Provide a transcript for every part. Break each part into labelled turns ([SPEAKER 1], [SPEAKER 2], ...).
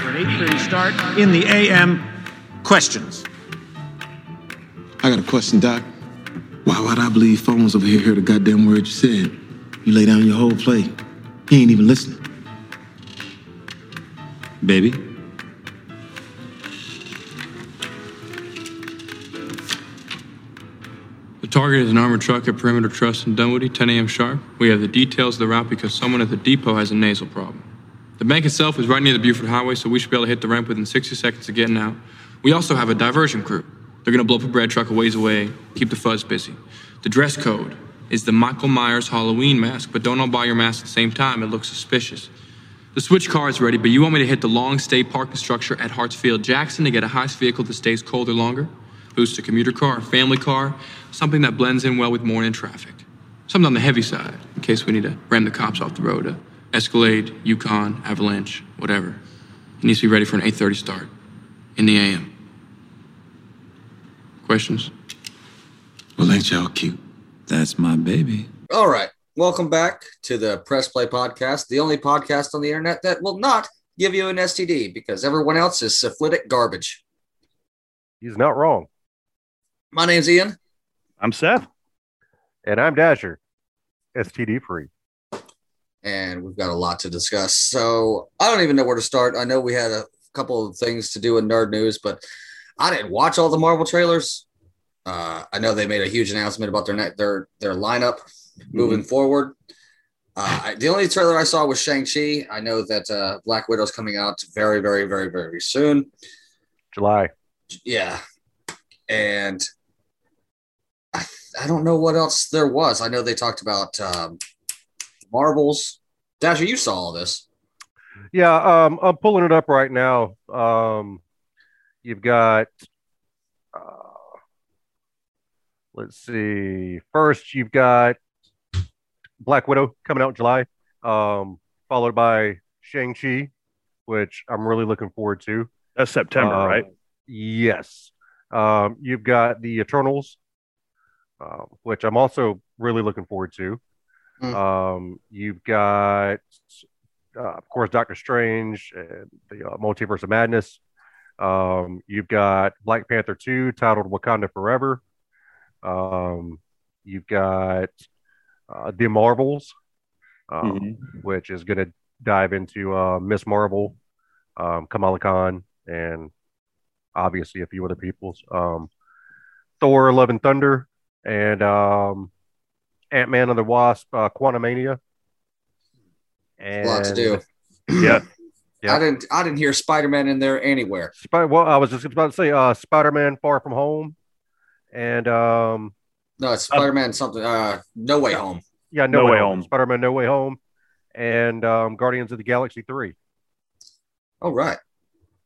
[SPEAKER 1] For an 8:30 start in the AM. Questions.
[SPEAKER 2] I got a question, Doc. Why would I believe phones over here heard a goddamn word you said? You lay down your whole play. He ain't even listening.
[SPEAKER 3] Baby? The target is an armored truck at Perimeter Trust in Dunwoody, 10 a.m. sharp. We have the details of the route because someone at the depot has a nasal problem. The bank itself is right near the Buford Highway, so we should be able to hit the ramp within 60 seconds of getting out. We also have a diversion crew. They're going to blow up a bread truck a ways away, keep the fuzz busy. The dress code is the Michael Myers Halloween mask, but don't all buy your mask at the same time. It looks suspicious. The switch car is ready, but you want me to hit the long stay parking structure at Hartsfield Jackson to get a heist vehicle that stays cold or longer? Boost a commuter car, a family car, something that blends in well with morning traffic. Something on the heavy side, in case we need to ram the cops off the road. A Escalade, Yukon, Avalanche, whatever. It needs to be ready for an 8:30 start in the AM. Questions?
[SPEAKER 2] Well, ain't y'all cute?
[SPEAKER 4] That's my baby.
[SPEAKER 5] All right. Welcome back to the Press Play Podcast, the only podcast on the internet that will not give you an STD because everyone else is syphilitic garbage.
[SPEAKER 6] He's not wrong.
[SPEAKER 5] My name's Ian.
[SPEAKER 6] I'm Seth. And I'm Dasher. STD free.
[SPEAKER 5] and we've got a lot to discuss. So I don't even know where to start. I know we had a couple of things to do in nerd news, but I didn't watch all the Marvel trailers. Uh, I know they made a huge announcement about their net, their their lineup moving forward. Uh, I, the only trailer I saw was Shang Chi. I know that uh, Black Widow's coming out very, very, very, very soon.
[SPEAKER 6] July.
[SPEAKER 5] Yeah, and I I don't know what else there was. I know they talked about um, Marvels. Dasher, you saw all this.
[SPEAKER 6] Yeah, um, I'm pulling it up right now. Um, you've got, uh, let's see. First, you've got Black Widow coming out in July, um, followed by Shang Chi, which I'm really looking forward to.
[SPEAKER 7] That's September,
[SPEAKER 6] Uh,
[SPEAKER 7] right?
[SPEAKER 6] Yes. Um, you've got the Eternals, uh, which I'm also really looking forward to.
[SPEAKER 5] Mm.
[SPEAKER 6] Um, you've got, uh, of course, Doctor Strange, and the uh, Multiverse of Madness. Um, you've got Black Panther 2, titled Wakanda Forever. Um, you've got uh, The Marvels, um, which is going to dive into uh, Miss Marvel, um, Kamala Khan, and obviously a few other people's um thor love and thunder and um ant-man and the wasp uh quantumania and
[SPEAKER 5] A lot to do.
[SPEAKER 7] Yeah.
[SPEAKER 6] Yeah.
[SPEAKER 5] I didn't I didn't hear Spider Man in there anywhere.
[SPEAKER 6] Spi- well i was just about to say uh spider-man far from home and um
[SPEAKER 5] No, it's Spider Man something uh No Way Home.
[SPEAKER 6] yeah no,
[SPEAKER 7] No
[SPEAKER 6] way,
[SPEAKER 7] Way
[SPEAKER 6] home.
[SPEAKER 7] Home.
[SPEAKER 6] spider-man no way home and um guardians of the galaxy 3
[SPEAKER 5] All Oh, right.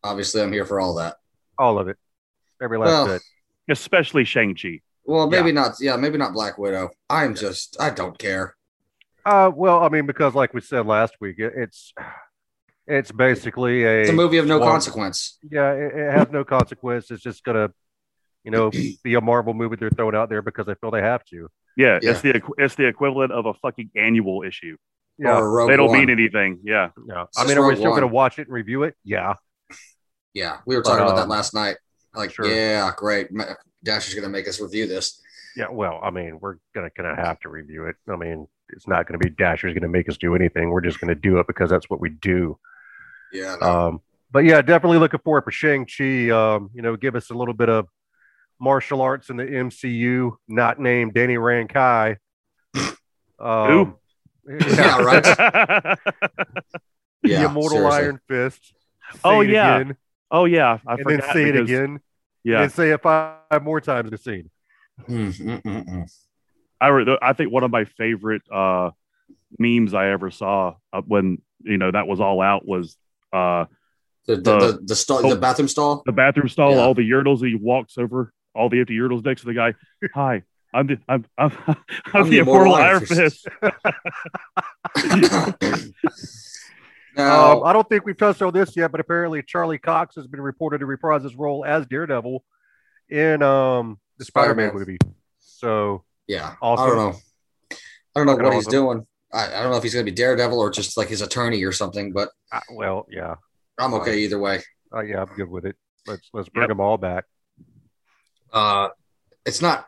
[SPEAKER 5] Obviously I'm here for all that.
[SPEAKER 6] all of it every last
[SPEAKER 5] Well,
[SPEAKER 6] bit
[SPEAKER 7] Especially Shang-Chi.
[SPEAKER 5] Well, maybe not yeah, maybe not Black Widow. I'm just I don't care.
[SPEAKER 6] uh well i mean because like we said last week it, it's it's basically a
[SPEAKER 5] It's a movie of no
[SPEAKER 6] Well-
[SPEAKER 5] consequence.
[SPEAKER 6] yeah, it, it has no consequence. It's just gonna, you know, be a Marvel movie they're throwing out there because they feel they have to.
[SPEAKER 7] Yeah,
[SPEAKER 5] Yeah.
[SPEAKER 7] it's the equ- it's the equivalent of a fucking annual issue.
[SPEAKER 6] Yeah,
[SPEAKER 5] Or Rogue
[SPEAKER 7] they don't
[SPEAKER 5] One.
[SPEAKER 7] mean anything. Yeah,
[SPEAKER 6] yeah.
[SPEAKER 5] It's
[SPEAKER 6] I
[SPEAKER 5] just
[SPEAKER 6] mean, are we
[SPEAKER 5] Rogue
[SPEAKER 6] still gonna
[SPEAKER 5] One.
[SPEAKER 6] watch it and review it? Yeah,
[SPEAKER 5] Yeah, we were
[SPEAKER 6] But,
[SPEAKER 5] talking about that
[SPEAKER 6] um,
[SPEAKER 5] last night. Like,
[SPEAKER 6] sure.
[SPEAKER 5] yeah, great. Ma- Dasher's gonna make us review this.
[SPEAKER 6] yeah. Well, I mean, we're gonna gonna have to review it. I mean, it's not gonna be Dasher's gonna make us do anything. We're just gonna do it because that's what we do.
[SPEAKER 5] Yeah, no.
[SPEAKER 6] Um, but yeah, definitely looking forward for Shang Chi. Um, you know, give us a little bit of martial arts in the MCU, not named Danny Rankai. Um,
[SPEAKER 5] Yeah, right.
[SPEAKER 6] the
[SPEAKER 5] yeah,
[SPEAKER 6] immortal
[SPEAKER 5] seriously.
[SPEAKER 6] iron fist. say
[SPEAKER 7] Oh,
[SPEAKER 6] it
[SPEAKER 7] yeah.
[SPEAKER 6] again,
[SPEAKER 7] oh yeah, I
[SPEAKER 6] and then
[SPEAKER 7] forgot.
[SPEAKER 6] say it
[SPEAKER 7] because-
[SPEAKER 6] again,
[SPEAKER 7] Yeah,
[SPEAKER 6] and say it five more times in the scene.
[SPEAKER 7] Hmm,
[SPEAKER 5] Mm, mm, mm, mm.
[SPEAKER 7] I re- I think one of my favorite uh, memes I ever saw uh, when you know that was all out was uh,
[SPEAKER 5] The the,
[SPEAKER 7] The-
[SPEAKER 5] the, the, stall, the bathroom stall.
[SPEAKER 7] the bathroom stall,
[SPEAKER 5] Yeah.
[SPEAKER 7] all the urinals. He walks over all the empty urinals next to the guy. Hi, I'm the I'm I'm, I'm, the,
[SPEAKER 5] Mm,
[SPEAKER 7] immortal Iron Fist.
[SPEAKER 5] no, Oh.
[SPEAKER 6] Um, I don't think we've touched on this yet, but apparently Charlie Cox has been reported to reprise his role as Daredevil in um the Spider-Man,
[SPEAKER 5] Spider-Man.
[SPEAKER 6] movie. So
[SPEAKER 5] yeah, I
[SPEAKER 6] awesome.
[SPEAKER 5] don't know. I don't know
[SPEAKER 6] I
[SPEAKER 5] what
[SPEAKER 6] don't
[SPEAKER 5] he's
[SPEAKER 6] know.
[SPEAKER 5] doing. I, I don't know if he's going to be Daredevil or just like his attorney or something, but
[SPEAKER 6] Uh, well, yeah,
[SPEAKER 5] I'm okay either way.
[SPEAKER 6] uh, yeah, I'm good with it. Let's let's bring
[SPEAKER 7] Yep.
[SPEAKER 6] them all back.
[SPEAKER 5] Uh, it's not.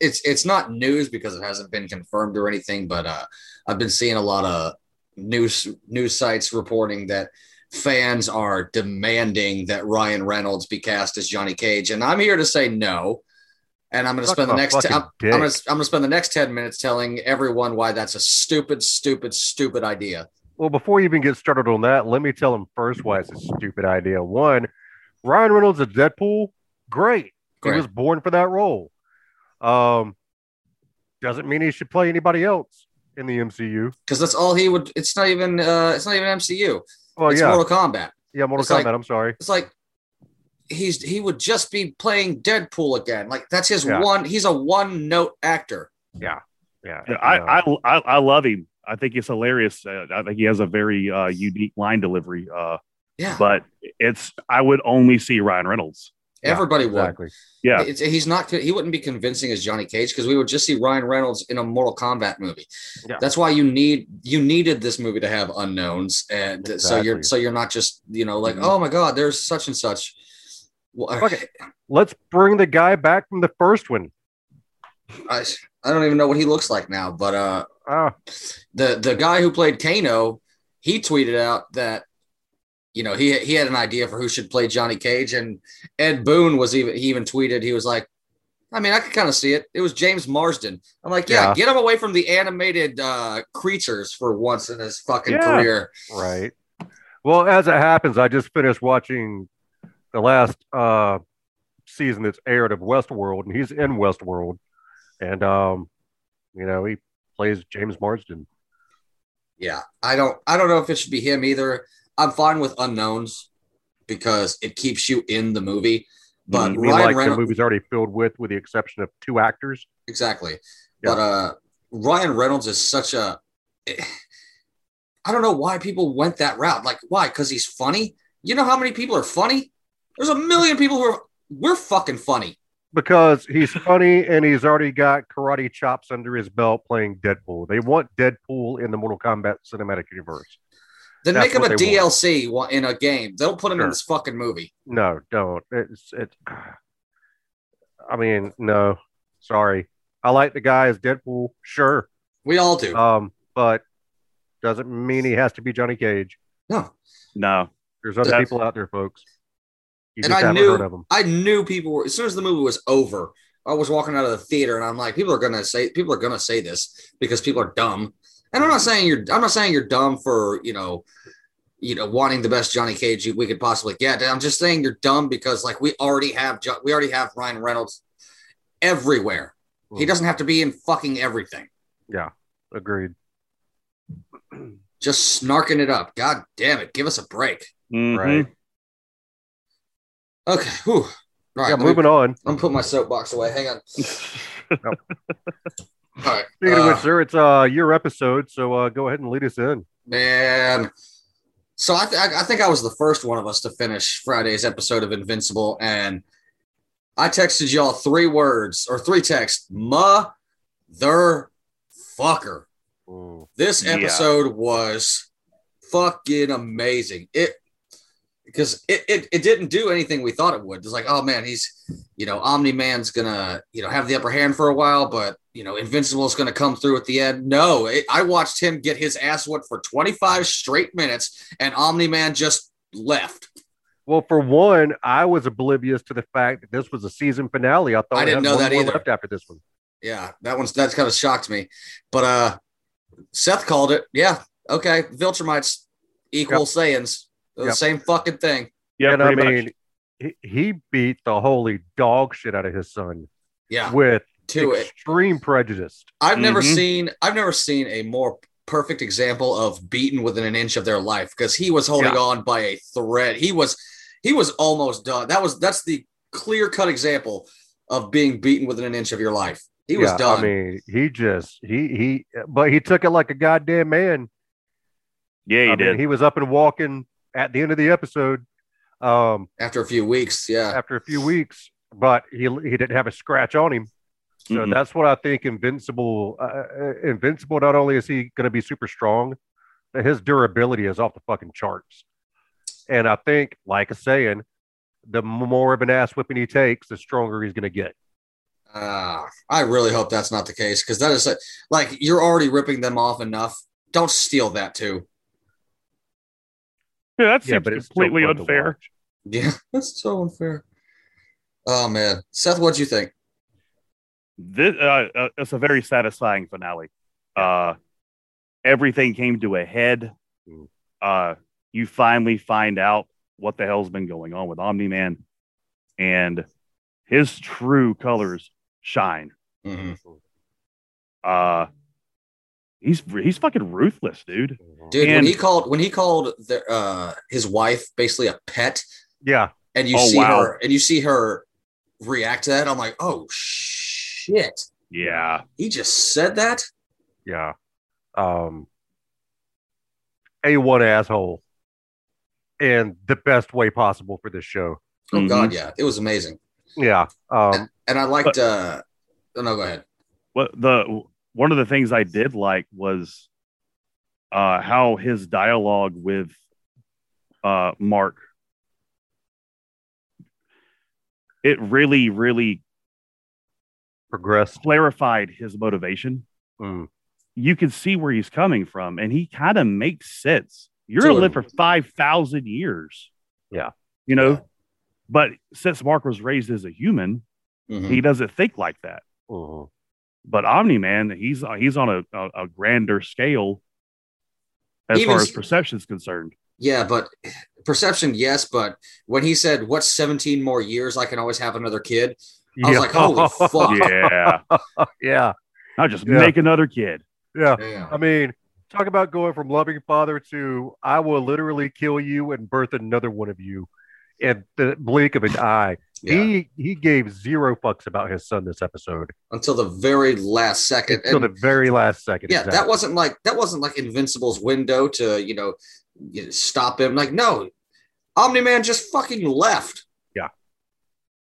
[SPEAKER 5] It's it's not news because it hasn't been confirmed or anything, but uh, I've been seeing a lot of news news sites reporting that fans are demanding that Ryan Reynolds be cast as Johnny Cage, and I'm here to say no. And I'm going to
[SPEAKER 6] Suck
[SPEAKER 5] spend the
[SPEAKER 6] my
[SPEAKER 5] next.
[SPEAKER 6] fucking
[SPEAKER 5] I'm, I'm
[SPEAKER 6] dick.
[SPEAKER 5] gonna, I'm gonna spend the next ten minutes telling everyone why that's a stupid, stupid, stupid idea.
[SPEAKER 6] Well, before you even get started on that, let me tell him first why it's a stupid idea. One, Ryan Reynolds as Deadpool, great.
[SPEAKER 5] Great.
[SPEAKER 6] He was born for that role. Um, doesn't mean he should play anybody else in the MCU.
[SPEAKER 5] because that's all he would. It's not even. Uh, it's not even MCU.
[SPEAKER 6] Well,
[SPEAKER 5] it's
[SPEAKER 6] Oh, yeah,
[SPEAKER 5] Mortal Kombat.
[SPEAKER 6] yeah, Mortal
[SPEAKER 5] it's like-
[SPEAKER 6] Kombat. I'm sorry.
[SPEAKER 5] It's like he's he would just be playing Deadpool again. Like that's his
[SPEAKER 6] Yeah.
[SPEAKER 5] one. He's a one note actor.
[SPEAKER 6] Yeah, no.
[SPEAKER 7] I, I I I love him. I think it's hilarious. Uh, I think he has a very uh, unique line delivery. Uh,
[SPEAKER 5] Yeah,
[SPEAKER 7] but it's I would only see Ryan Reynolds.
[SPEAKER 5] everybody would.
[SPEAKER 6] exactly.
[SPEAKER 7] Yeah.
[SPEAKER 5] It's, he's not. He wouldn't be convincing as Johnny Cage because we would just see Ryan Reynolds in a Mortal Kombat movie.
[SPEAKER 6] Yeah.
[SPEAKER 5] That's why you need you needed this movie to have unknowns, and so you're
[SPEAKER 6] Exactly. Mm-hmm.
[SPEAKER 5] so you're not just you know like oh my god, there's such and such. Well,
[SPEAKER 6] Fuck it. Let's bring the guy back from the first one.
[SPEAKER 5] I, I don't even know what he looks like now, but uh,
[SPEAKER 6] Ah,
[SPEAKER 5] the the guy who played Kano, he tweeted out that you know he he had an idea for who should play Johnny Cage, and Ed Boone was even he even tweeted he was like, I mean I could kind of see it. It was James Marsden. I'm like, yeah,
[SPEAKER 6] Yeah.
[SPEAKER 5] get him away from the animated uh, creatures for once in his fucking
[SPEAKER 7] Yeah.
[SPEAKER 5] career.
[SPEAKER 6] right. Well, as it happens, I just finished watching the last uh, season that's aired of Westworld, and he's in Westworld, and um, you know he plays James Marsden.
[SPEAKER 5] Yeah, I don't I don't know if it should be him either. I'm fine with unknowns because it keeps you in the movie. But
[SPEAKER 6] I
[SPEAKER 5] Ryan
[SPEAKER 6] mean, like
[SPEAKER 5] Reynolds,
[SPEAKER 6] the movie's already filled with, with the exception of two actors.
[SPEAKER 5] Exactly.
[SPEAKER 6] Yeah.
[SPEAKER 5] But uh Ryan Reynolds is such a I don't know why people went that route. Like why? Cuz he's funny? You know how many people are funny? There's a million people who are we're fucking funny.
[SPEAKER 6] Because he's funny and he's already got karate chops under his belt playing Deadpool. They want Deadpool in the Mortal Kombat cinematic universe.
[SPEAKER 5] Then
[SPEAKER 6] That's
[SPEAKER 5] make him
[SPEAKER 6] what
[SPEAKER 5] a
[SPEAKER 6] they want.
[SPEAKER 5] DLC wa- in a game. They'll put him in
[SPEAKER 6] Sure.
[SPEAKER 5] this fucking movie.
[SPEAKER 6] No, don't. It's it's. I mean, no. Sorry, I like the guy as Deadpool, sure,
[SPEAKER 5] We all do.
[SPEAKER 6] um, but doesn't mean he has to be Johnny Cage.
[SPEAKER 5] no.
[SPEAKER 7] No,
[SPEAKER 6] There's other
[SPEAKER 7] That's-
[SPEAKER 6] people out there, folks. You
[SPEAKER 5] And
[SPEAKER 6] just
[SPEAKER 5] I
[SPEAKER 6] haven't
[SPEAKER 5] knew-
[SPEAKER 6] heard of him.
[SPEAKER 5] I knew people were as soon as the movie was over. I was walking out of the theater and I'm like, people are gonna say people are gonna say this because people are dumb. And I'm not saying you're I'm not saying you're dumb for you know, you know, wanting the best Johnny Cage you- we could possibly get. I'm just saying you're dumb because like we already have Jo- we already have Ryan Reynolds everywhere. He
[SPEAKER 6] Mm.
[SPEAKER 5] doesn't have to be in fucking everything.
[SPEAKER 6] Agreed.
[SPEAKER 5] Just snarking it up. God damn it, give us a break.
[SPEAKER 7] Mhm.
[SPEAKER 6] Right.
[SPEAKER 5] Okay, whew. all right.
[SPEAKER 6] yeah,
[SPEAKER 5] let me-
[SPEAKER 6] moving on.
[SPEAKER 5] I'm putting my soapbox away. Hang on. All right.
[SPEAKER 6] Speaking of
[SPEAKER 5] uh,
[SPEAKER 6] which, sir, it's uh your episode, so uh go ahead and lead us in.
[SPEAKER 5] man. So I, th- I think I was the first one of us to finish Friday's episode of Invincible, and I texted y'all three words or three texts. Mother fucker. This
[SPEAKER 7] Yeah.
[SPEAKER 5] episode was fucking amazing. It because it, it it didn't do anything we thought it would. It's like, oh man, he's you know, Omni Man's gonna, you know, have the upper hand for a while, but you know, Invincible's gonna come through at the end. No, it, I watched him get his ass whipped for 25 straight minutes, and Omni Man just left.
[SPEAKER 6] Well, for one, I was oblivious to the fact that this was a season finale. I thought
[SPEAKER 5] I
[SPEAKER 6] it
[SPEAKER 5] didn't
[SPEAKER 6] had
[SPEAKER 5] know
[SPEAKER 6] one
[SPEAKER 5] that
[SPEAKER 6] more
[SPEAKER 5] either.
[SPEAKER 6] left after this one.
[SPEAKER 5] Yeah, that one's that's kind of shocked me. But uh Seth called it. Yeah, okay. Viltrumites equal
[SPEAKER 6] Yep.
[SPEAKER 5] Saiyans. They're The
[SPEAKER 6] Yep.
[SPEAKER 5] same fucking thing.
[SPEAKER 7] Yeah,
[SPEAKER 6] and I
[SPEAKER 7] pretty
[SPEAKER 6] mean,
[SPEAKER 7] much.
[SPEAKER 6] he, he beat the holy dog shit out of his son
[SPEAKER 5] Yeah,
[SPEAKER 6] with
[SPEAKER 5] to it.
[SPEAKER 6] extreme prejudice.
[SPEAKER 5] I've never
[SPEAKER 6] Mm-hmm.
[SPEAKER 7] Mhm.
[SPEAKER 5] seen I've never seen a more perfect example of beaten within an inch of their life because he was holding
[SPEAKER 7] Yeah.
[SPEAKER 5] on by a thread. He was he was almost done. That was that's the clear cut example of being beaten within an inch of your life. He was
[SPEAKER 6] Yeah,
[SPEAKER 5] done.
[SPEAKER 6] I mean, he just he he, but he took it like a goddamn man.
[SPEAKER 7] Yeah, he
[SPEAKER 6] I mean,
[SPEAKER 7] did.
[SPEAKER 6] he was up and walking at the end of the episode, um,
[SPEAKER 5] after a few weeks, yeah.
[SPEAKER 6] after a few weeks, but he he didn't have a scratch on him. So
[SPEAKER 7] Mhm.
[SPEAKER 6] that's what I think. Invincible, uh, uh, Invincible. Not only is he going to be super strong, but his durability is off the fucking charts. And I think, like I saying, the more of an ass whipping he takes, the stronger he's going to get.
[SPEAKER 5] Uh, I really hope that's not the case because that is a, like you're already ripping them off enough. Don't steal that too.
[SPEAKER 7] Yeah, that seems
[SPEAKER 6] Yeah, but it's still
[SPEAKER 7] completely
[SPEAKER 6] fun to
[SPEAKER 7] unfair.
[SPEAKER 6] watch.
[SPEAKER 5] Yeah, that's so unfair. Oh man, Seth, what'd you think?
[SPEAKER 7] This uh, uh, it's a very satisfying finale. Uh, everything came to a head.
[SPEAKER 6] Mm.
[SPEAKER 7] Uh, you finally find out what the hell's been going on with Omni Man, and his true colors shine.
[SPEAKER 5] Mhm.
[SPEAKER 7] Uh, he's he's fucking ruthless, dude.
[SPEAKER 6] Oh,
[SPEAKER 5] Dude, when
[SPEAKER 7] And-
[SPEAKER 5] he called when he called the, uh, his wife basically a pet,
[SPEAKER 6] Yeah,
[SPEAKER 5] and you
[SPEAKER 7] Oh,
[SPEAKER 5] see
[SPEAKER 7] wow.
[SPEAKER 5] her and you see her react to that, I'm like, oh shit,
[SPEAKER 7] Yeah,
[SPEAKER 5] he just said that.
[SPEAKER 6] yeah. Um, a one asshole, in the best way possible for this show.
[SPEAKER 5] Oh
[SPEAKER 7] Mhm.
[SPEAKER 5] god, yeah, it was amazing.
[SPEAKER 6] Yeah. Um,
[SPEAKER 5] And I liked. uh oh, No, go ahead.
[SPEAKER 7] what the one of the things I did like was uh, how his dialogue with uh, Mark it really really
[SPEAKER 6] progressed.
[SPEAKER 7] clarified his motivation.
[SPEAKER 6] Mm.
[SPEAKER 7] You can see where he's coming from, and he kind of makes sense. You're
[SPEAKER 5] Sure.
[SPEAKER 7] gonna live for five thousand years.
[SPEAKER 6] Yeah.
[SPEAKER 7] you know.
[SPEAKER 5] Yeah.
[SPEAKER 7] But since Mark was raised as a human,
[SPEAKER 5] Mhm.
[SPEAKER 7] he doesn't think like that.
[SPEAKER 6] Mhm.
[SPEAKER 7] but Omni Man, he's he's on a, a, a grander scale as
[SPEAKER 5] Even
[SPEAKER 7] far
[SPEAKER 5] s-
[SPEAKER 7] as perception is concerned.
[SPEAKER 5] Yeah, but perception, yes. But when he said, "What's 17 more years? I can always have another kid." I was like, "Holy fuck!"
[SPEAKER 7] Yeah,
[SPEAKER 6] yeah,
[SPEAKER 7] I'll just
[SPEAKER 6] Yeah.
[SPEAKER 7] make another kid.
[SPEAKER 6] yeah.
[SPEAKER 5] Yeah.
[SPEAKER 6] I mean, talk about going from loving father to I will literally kill you and birth another one of you in the blink of an eye.
[SPEAKER 5] Yeah.
[SPEAKER 6] He he gave zero fucks about his son this episode
[SPEAKER 5] Until the very last second.
[SPEAKER 6] until
[SPEAKER 5] And-
[SPEAKER 6] the very last second.
[SPEAKER 5] yeah,
[SPEAKER 6] exactly.
[SPEAKER 5] that wasn't like that wasn't like Invincible's window to you know, you know, stop him. Like no, Omni Man just fucking left.
[SPEAKER 6] Yeah.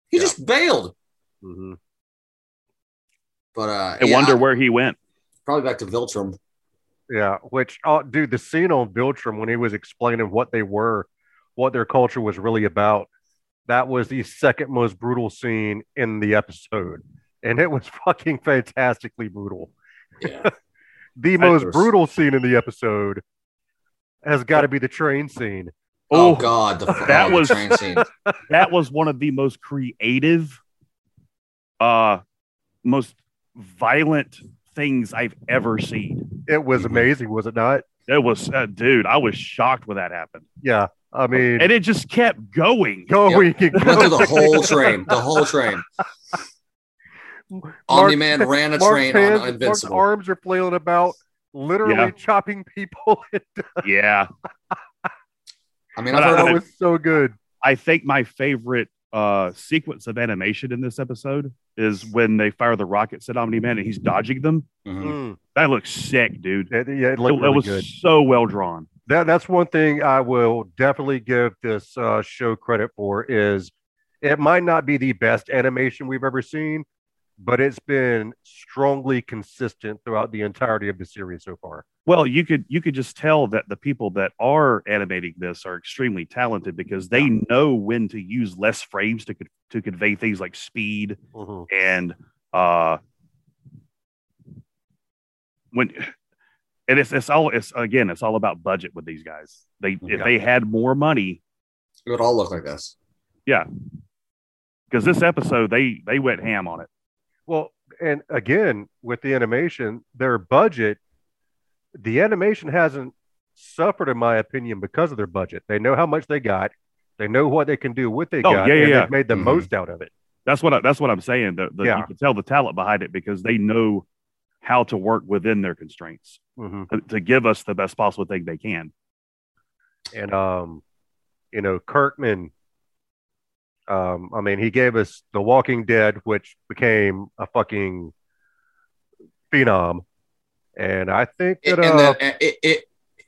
[SPEAKER 5] he
[SPEAKER 6] Yeah.
[SPEAKER 5] just bailed.
[SPEAKER 6] Mhm.
[SPEAKER 5] But uh,
[SPEAKER 7] I
[SPEAKER 5] yeah,
[SPEAKER 7] wonder where he went.
[SPEAKER 5] probably back to Viltrum.
[SPEAKER 6] Yeah, which oh, dude, the scene on Viltrum when he was explaining what they were, what their culture was really about, that was the second most brutal scene in the episode, and it was fucking fantastically brutal.
[SPEAKER 5] Yeah,
[SPEAKER 6] the
[SPEAKER 7] I-
[SPEAKER 6] most brutal scene in the episode has got to be the train scene.
[SPEAKER 5] oh,
[SPEAKER 7] Oh,
[SPEAKER 5] god, the, fu-
[SPEAKER 7] that
[SPEAKER 5] oh, the
[SPEAKER 7] was-
[SPEAKER 5] train scene.
[SPEAKER 7] that was one of the most creative, uh, most violent things I've ever seen.
[SPEAKER 6] It was
[SPEAKER 5] Mm-hmm.
[SPEAKER 6] amazing, was it not?
[SPEAKER 7] It was, uh, dude, I was shocked when that happened,
[SPEAKER 6] Yeah, I mean,
[SPEAKER 7] and it just kept going.
[SPEAKER 6] going and
[SPEAKER 5] Went through
[SPEAKER 6] going.
[SPEAKER 5] the whole train, the whole train. Omni Man ran a
[SPEAKER 6] Mark's
[SPEAKER 5] train
[SPEAKER 6] hands-
[SPEAKER 5] on
[SPEAKER 6] Mark's
[SPEAKER 5] Invincible.
[SPEAKER 6] arms are flailing about, literally
[SPEAKER 7] Yeah.
[SPEAKER 6] chopping people.
[SPEAKER 7] Yeah,
[SPEAKER 5] I mean, I've heard
[SPEAKER 7] But I-
[SPEAKER 5] of
[SPEAKER 6] that was so good.
[SPEAKER 7] I think my favorite uh, sequence of animation in this episode is when they fire the rockets at Omni Man and he's dodging them.
[SPEAKER 5] Mhm.
[SPEAKER 7] That looks sick, dude.
[SPEAKER 6] It, yeah, it
[SPEAKER 7] It,
[SPEAKER 6] looked
[SPEAKER 7] it
[SPEAKER 6] really
[SPEAKER 7] was
[SPEAKER 6] good.
[SPEAKER 7] so well drawn.
[SPEAKER 6] That that's one thing I will definitely give this uh, show credit for is it might not be the best animation we've ever seen, but it's been strongly consistent throughout the entirety of the series so far.
[SPEAKER 7] Well, you could you could just tell that the people that are animating this are extremely talented because they know when to use less frames to co- to convey things like speed and uh when and it's it's all it's again it's all about budget with these guys. They if
[SPEAKER 6] Yeah.
[SPEAKER 7] they had more money,
[SPEAKER 5] It would all look like this.
[SPEAKER 7] because this episode they they went ham on it.
[SPEAKER 6] Well, and again with the animation, their budget, the animation hasn't suffered, in my opinion, because of their budget. They know how much they got, they know what they can do, what they
[SPEAKER 7] Oh,
[SPEAKER 6] got,
[SPEAKER 7] yeah, yeah,
[SPEAKER 6] and
[SPEAKER 7] yeah.
[SPEAKER 6] they've made the
[SPEAKER 5] Mhm.
[SPEAKER 6] most out of it.
[SPEAKER 7] That's what I, that's what I'm saying. The, the,
[SPEAKER 6] Yeah.
[SPEAKER 7] You can tell the talent behind it because they know how to work within their constraints
[SPEAKER 6] Mm-hmm.
[SPEAKER 7] to, to give us the best possible thing they can.
[SPEAKER 6] and um, you know Kirkman. Um, I mean, he gave us The Walking Dead, which became a fucking phenom, and I think
[SPEAKER 5] It,
[SPEAKER 6] that
[SPEAKER 5] and
[SPEAKER 6] uh,
[SPEAKER 5] then it, it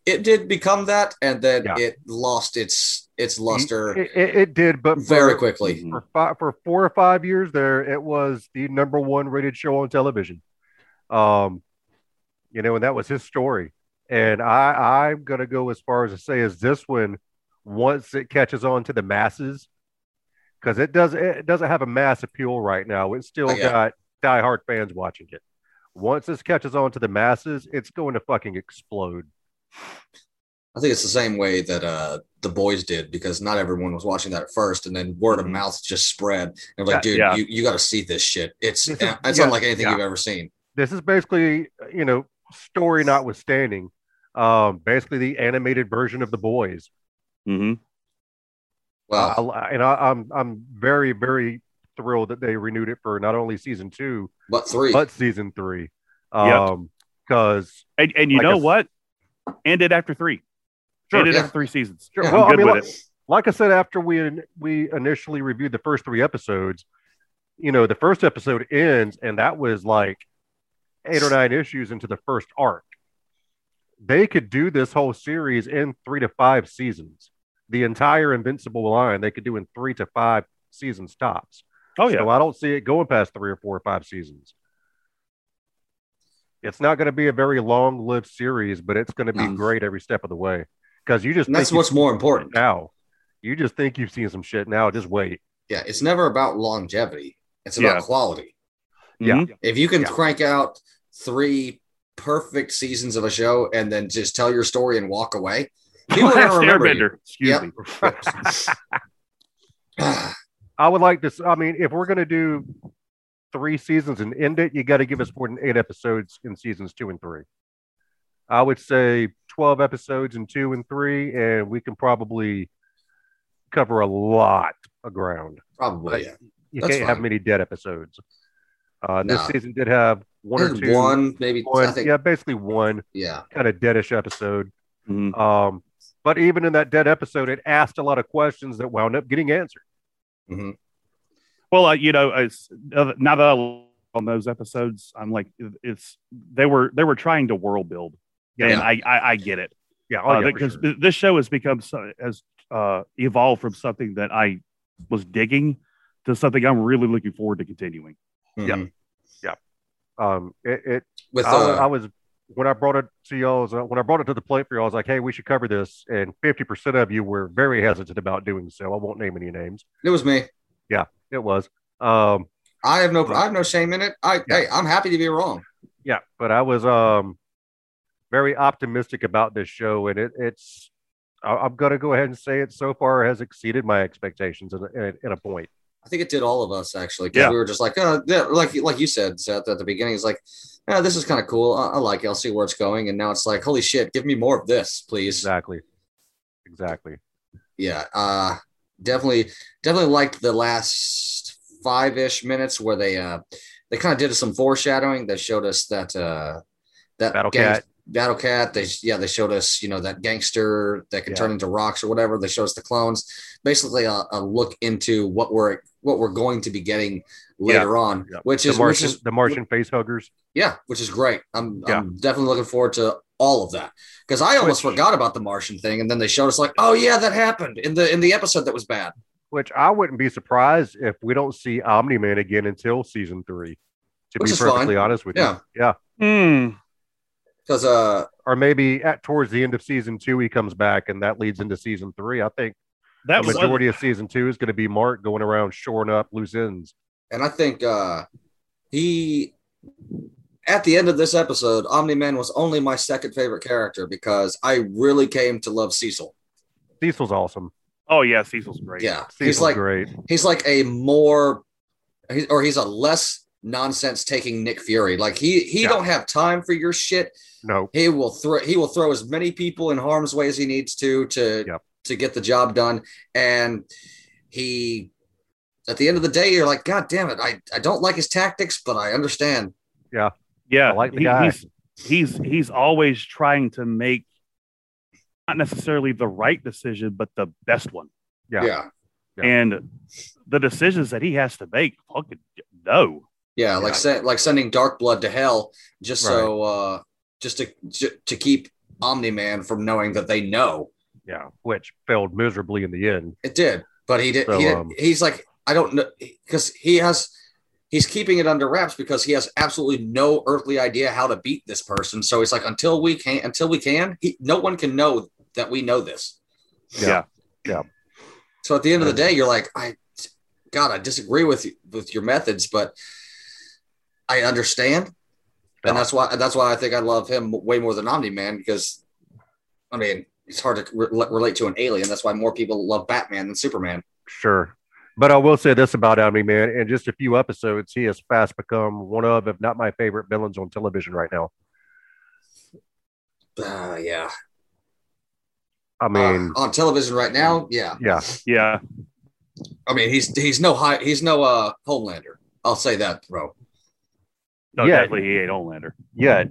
[SPEAKER 5] it did become that, and then
[SPEAKER 6] Yeah.
[SPEAKER 5] it lost its its luster
[SPEAKER 6] It, it, it did, but for-
[SPEAKER 5] very quickly.
[SPEAKER 6] for five, for four or five years there, it was the number one rated show on television. Um, you know, and that was his story. And I, I'm gonna go as far as to say is this one, once it catches on to the masses, because it does it doesn't have a mass appeal right now. It's still
[SPEAKER 5] Oh, yeah.
[SPEAKER 6] got diehard fans watching it. Once this catches on to the masses, it's going to fucking explode.
[SPEAKER 5] I think it's the same way that uh, the boys did because not everyone was watching that at first, and then word of
[SPEAKER 6] Mm-hmm.
[SPEAKER 5] mouth just spread. And like,
[SPEAKER 7] Yeah,
[SPEAKER 5] dude,
[SPEAKER 7] yeah.
[SPEAKER 5] you, you got to see this shit. It's eh,
[SPEAKER 6] This
[SPEAKER 5] it's
[SPEAKER 6] is- yeah,
[SPEAKER 5] unlike anything
[SPEAKER 6] yeah.
[SPEAKER 5] you've ever seen.
[SPEAKER 6] this is basically you know story notwithstanding um basically the animated version of the boys Mm-hmm.
[SPEAKER 7] hmm
[SPEAKER 5] Wow,
[SPEAKER 6] I- I- and I, i'm i'm very very thrilled that they renewed it for not only season two
[SPEAKER 5] but three.
[SPEAKER 6] but season three
[SPEAKER 7] Yeah.
[SPEAKER 6] um because
[SPEAKER 7] And and you
[SPEAKER 6] Like
[SPEAKER 7] know
[SPEAKER 6] a-
[SPEAKER 7] what? Ended after three.
[SPEAKER 6] Sure,
[SPEAKER 7] Ended
[SPEAKER 5] yeah.
[SPEAKER 7] after three seasons.
[SPEAKER 6] Sure.
[SPEAKER 7] I'm
[SPEAKER 6] Well, I
[SPEAKER 7] good
[SPEAKER 6] mean,
[SPEAKER 7] with
[SPEAKER 6] like-
[SPEAKER 7] it.
[SPEAKER 6] like i said after we we initially reviewed the first three episodes you know the first episode ends and that was like eight or nine issues into the first arc they could do this whole series in three to five seasons the entire invincible line they could do in three to five seasons tops
[SPEAKER 7] Oh yeah.
[SPEAKER 6] so uh, i don't see it going past three or four or five seasons it's not going to be a very long-lived series but it's going to be
[SPEAKER 5] No.
[SPEAKER 6] great every step of the way because you just
[SPEAKER 5] and that's
[SPEAKER 6] think you-
[SPEAKER 5] what's more important.
[SPEAKER 6] now. You just think you've seen some shit now. Just wait.
[SPEAKER 5] Yeah, it's never about longevity. It's about
[SPEAKER 7] Yeah.
[SPEAKER 5] quality.
[SPEAKER 7] Mhm.
[SPEAKER 5] If you can
[SPEAKER 6] Yeah.
[SPEAKER 5] crank out three perfect seasons of a show and then just tell your story and walk away, people are
[SPEAKER 7] Last
[SPEAKER 5] gonna remember you.
[SPEAKER 7] Airbender. Excuse
[SPEAKER 5] Yep.
[SPEAKER 7] me.
[SPEAKER 6] I would like this. I mean, if we're gonna do three seasons and end it, you got to give us more than eight episodes in seasons two and three. I would say twelve episodes in two and three, and we can probably cover a lot of ground.
[SPEAKER 5] Probably. Yeah.
[SPEAKER 6] You
[SPEAKER 5] That's
[SPEAKER 6] can't have
[SPEAKER 5] fine.
[SPEAKER 6] many dead episodes. Uh, This
[SPEAKER 5] Nah.
[SPEAKER 6] season did have one or
[SPEAKER 5] There's
[SPEAKER 6] two.
[SPEAKER 5] one, maybe.
[SPEAKER 6] one-
[SPEAKER 5] I think.
[SPEAKER 6] yeah, basically one
[SPEAKER 5] Yeah.
[SPEAKER 6] kind of deadish episode.
[SPEAKER 5] Mm-hmm.
[SPEAKER 7] Mhm.
[SPEAKER 6] Um, but even in that dead episode, it asked a lot of questions that wound up getting answered.
[SPEAKER 7] Well, uh, you know, it's, uh, now that I on those episodes, I'm like, it- it's they were they were trying to world build,
[SPEAKER 6] Yeah.
[SPEAKER 7] and I, I I get it.
[SPEAKER 6] Yeah, oh,
[SPEAKER 5] Uh,
[SPEAKER 7] Uh, because
[SPEAKER 6] yeah, for sure.
[SPEAKER 7] this show has become so, has uh, evolved from something that I was digging to something I'm really looking forward to continuing.
[SPEAKER 5] Mhm.
[SPEAKER 6] um, it, it
[SPEAKER 5] With
[SPEAKER 6] I,
[SPEAKER 5] uh,
[SPEAKER 6] I was when I brought it to y'all, uh, when I brought it to the plate for y'all, I was like, hey, we should cover this, and fifty percent of you were very hesitant about doing so. I won't name any names.
[SPEAKER 5] it was me.
[SPEAKER 6] It was, um,
[SPEAKER 5] I have no. I have no shame in it. I.
[SPEAKER 6] Yeah.
[SPEAKER 5] Hey, I'm happy to be wrong.
[SPEAKER 6] yeah, but I was um very optimistic about this show, and it, it's. I- I'm gonna go ahead and say it so far has exceeded my expectations in, a- in, a- in a point.
[SPEAKER 5] I think it did all of us actually. 'cause
[SPEAKER 7] Yeah.
[SPEAKER 5] We were just like, uh, yeah, like like you said Seth at the beginning. It's like, yeah, this is kind of cool. I, I like it. I'll see where it's going. And now it's like, holy shit, give me more of this, please.
[SPEAKER 6] Exactly, exactly.
[SPEAKER 5] yeah uh definitely definitely liked the last five-ish minutes where they uh they kind of did some foreshadowing they showed us that uh that
[SPEAKER 6] Battle
[SPEAKER 5] gang-
[SPEAKER 6] Cat.
[SPEAKER 5] battle cat they yeah they showed us you know that gangster that can turn into rocks or whatever they showed us the clones basically a, a look into what we're what we're going to be getting later on
[SPEAKER 6] Yeah.
[SPEAKER 5] which
[SPEAKER 6] The
[SPEAKER 5] is
[SPEAKER 6] Martian,
[SPEAKER 5] which is
[SPEAKER 6] the Martian face huggers.
[SPEAKER 5] yeah, which is great. I'm,
[SPEAKER 6] Yeah.
[SPEAKER 5] I'm definitely looking forward to all of that because I almost
[SPEAKER 6] Which-
[SPEAKER 5] forgot about the Martian thing, and then they showed us like, oh yeah, that happened in the in the episode that was bad.
[SPEAKER 6] which I wouldn't be surprised if we don't see Omni Man again until season three. To
[SPEAKER 5] Which
[SPEAKER 6] be
[SPEAKER 5] is fine.
[SPEAKER 6] perfectly honest with
[SPEAKER 5] Yeah.
[SPEAKER 6] you, yeah, Hmm,
[SPEAKER 5] Because uh,
[SPEAKER 6] or maybe at towards the end of season two he comes back, and that leads into season three. I think
[SPEAKER 7] That
[SPEAKER 6] the
[SPEAKER 7] was
[SPEAKER 6] majority of season two is going to be Mark going around shoring up loose ends.
[SPEAKER 5] and I think uh, he at the end of this episode, Omni Man was only my second favorite character because I really came to love Cecil.
[SPEAKER 6] Cecil's awesome.
[SPEAKER 7] oh yeah, Cecil's great.
[SPEAKER 5] Yeah,
[SPEAKER 6] Cecil's
[SPEAKER 5] he's like
[SPEAKER 6] great.
[SPEAKER 5] he's like a more he- or he's a less nonsense taking Nick Fury. Like he he
[SPEAKER 6] Yeah.
[SPEAKER 5] don't have time for your shit.
[SPEAKER 6] No,
[SPEAKER 5] he will throw he will throw as many people in harm's way as he needs to to
[SPEAKER 6] Yep.
[SPEAKER 5] to get the job done and he at the end of the day you're like god damn it i i don't like his tactics but i understand
[SPEAKER 7] yeah.
[SPEAKER 6] I like the
[SPEAKER 7] he-
[SPEAKER 6] guy.
[SPEAKER 7] He's, he's he's always trying to make not necessarily the right decision, but the best one.
[SPEAKER 6] Yeah.
[SPEAKER 5] yeah
[SPEAKER 6] Yeah.
[SPEAKER 7] And the decisions that he has to make, fucking no.
[SPEAKER 5] yeah, like sen- like sending dark blood to hell just so uh just to ju- to keep omni-man from knowing that they know
[SPEAKER 6] yeah, which failed miserably in the end.
[SPEAKER 5] It did, but he did.
[SPEAKER 6] So,
[SPEAKER 5] he did
[SPEAKER 6] um,
[SPEAKER 5] he's like, I don't know, because he has, he's keeping it under wraps because he has absolutely no earthly idea how to beat this person. So he's like, until we can, until we can, he, no one can know that we know this.
[SPEAKER 7] Yeah.
[SPEAKER 6] Yeah.
[SPEAKER 5] So at the end of the day, you're like, I, God, I disagree with you, with your methods, but I understand,
[SPEAKER 6] Yeah.
[SPEAKER 5] and that's why that's why I think I love him way more than Omni Man because, I mean. It's hard to re- relate to an alien. That's why more people love Batman than Superman.
[SPEAKER 6] Sure. But I will say this about Omni Man. In just a few episodes, he has fast become one of, if not my favorite villains on television right now.
[SPEAKER 5] Uh, yeah.
[SPEAKER 6] I mean,
[SPEAKER 5] Uh, on television right now, yeah.
[SPEAKER 6] yeah.
[SPEAKER 7] Yeah.
[SPEAKER 5] I mean, he's he's no high, he's no uh Homelander. I'll say that, bro.
[SPEAKER 7] No,
[SPEAKER 6] Yeah.
[SPEAKER 7] definitely he ain't Homelander.
[SPEAKER 6] Yeah.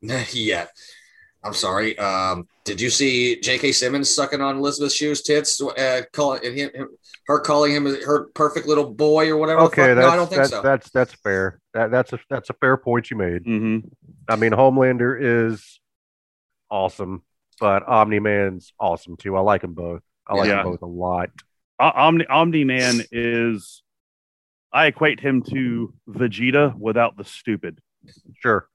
[SPEAKER 5] yeah. I'm sorry. Um, did you see J.K. Simmons sucking on Elizabeth Shue's tits? Uh, calling and him, him- her calling him her perfect little boy or whatever. the
[SPEAKER 6] Okay.
[SPEAKER 5] fuck?
[SPEAKER 6] That's,
[SPEAKER 5] oh, no, I don't think
[SPEAKER 6] that's,
[SPEAKER 5] so.
[SPEAKER 6] that's, that's fair. That, that's, a, that's a fair point you made.
[SPEAKER 7] Mm-hmm.
[SPEAKER 6] I mean, Homelander is awesome, but Omni Man's awesome too. I like them both. I like
[SPEAKER 7] Yeah.
[SPEAKER 6] them both a lot.
[SPEAKER 7] Omni Omni Man is. I equate him to Vegeta without the stupid.
[SPEAKER 6] Sure.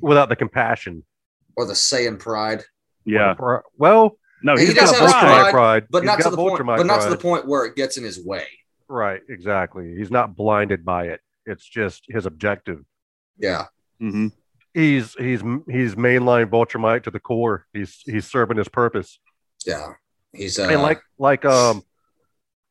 [SPEAKER 6] Without the compassion.
[SPEAKER 5] or the Saiyan pride,
[SPEAKER 7] Yeah.
[SPEAKER 6] Or- Well,
[SPEAKER 7] No,
[SPEAKER 5] He
[SPEAKER 7] he's
[SPEAKER 5] does
[SPEAKER 6] got
[SPEAKER 7] got
[SPEAKER 5] have his pride,
[SPEAKER 6] Voltramite
[SPEAKER 7] pride.
[SPEAKER 6] pride.
[SPEAKER 5] but
[SPEAKER 6] He's
[SPEAKER 5] not to
[SPEAKER 6] got
[SPEAKER 5] the point,
[SPEAKER 6] Voltramite
[SPEAKER 5] but not to the
[SPEAKER 6] pride.
[SPEAKER 5] point where it gets in his way.
[SPEAKER 6] Right, exactly. He's not blinded by it. It's just his objective.
[SPEAKER 5] Yeah.
[SPEAKER 7] Mhm.
[SPEAKER 6] He's he's he's mainline Voltramite to the core. He's he's serving his purpose.
[SPEAKER 5] Yeah. He's uh,
[SPEAKER 6] I mean, like like um,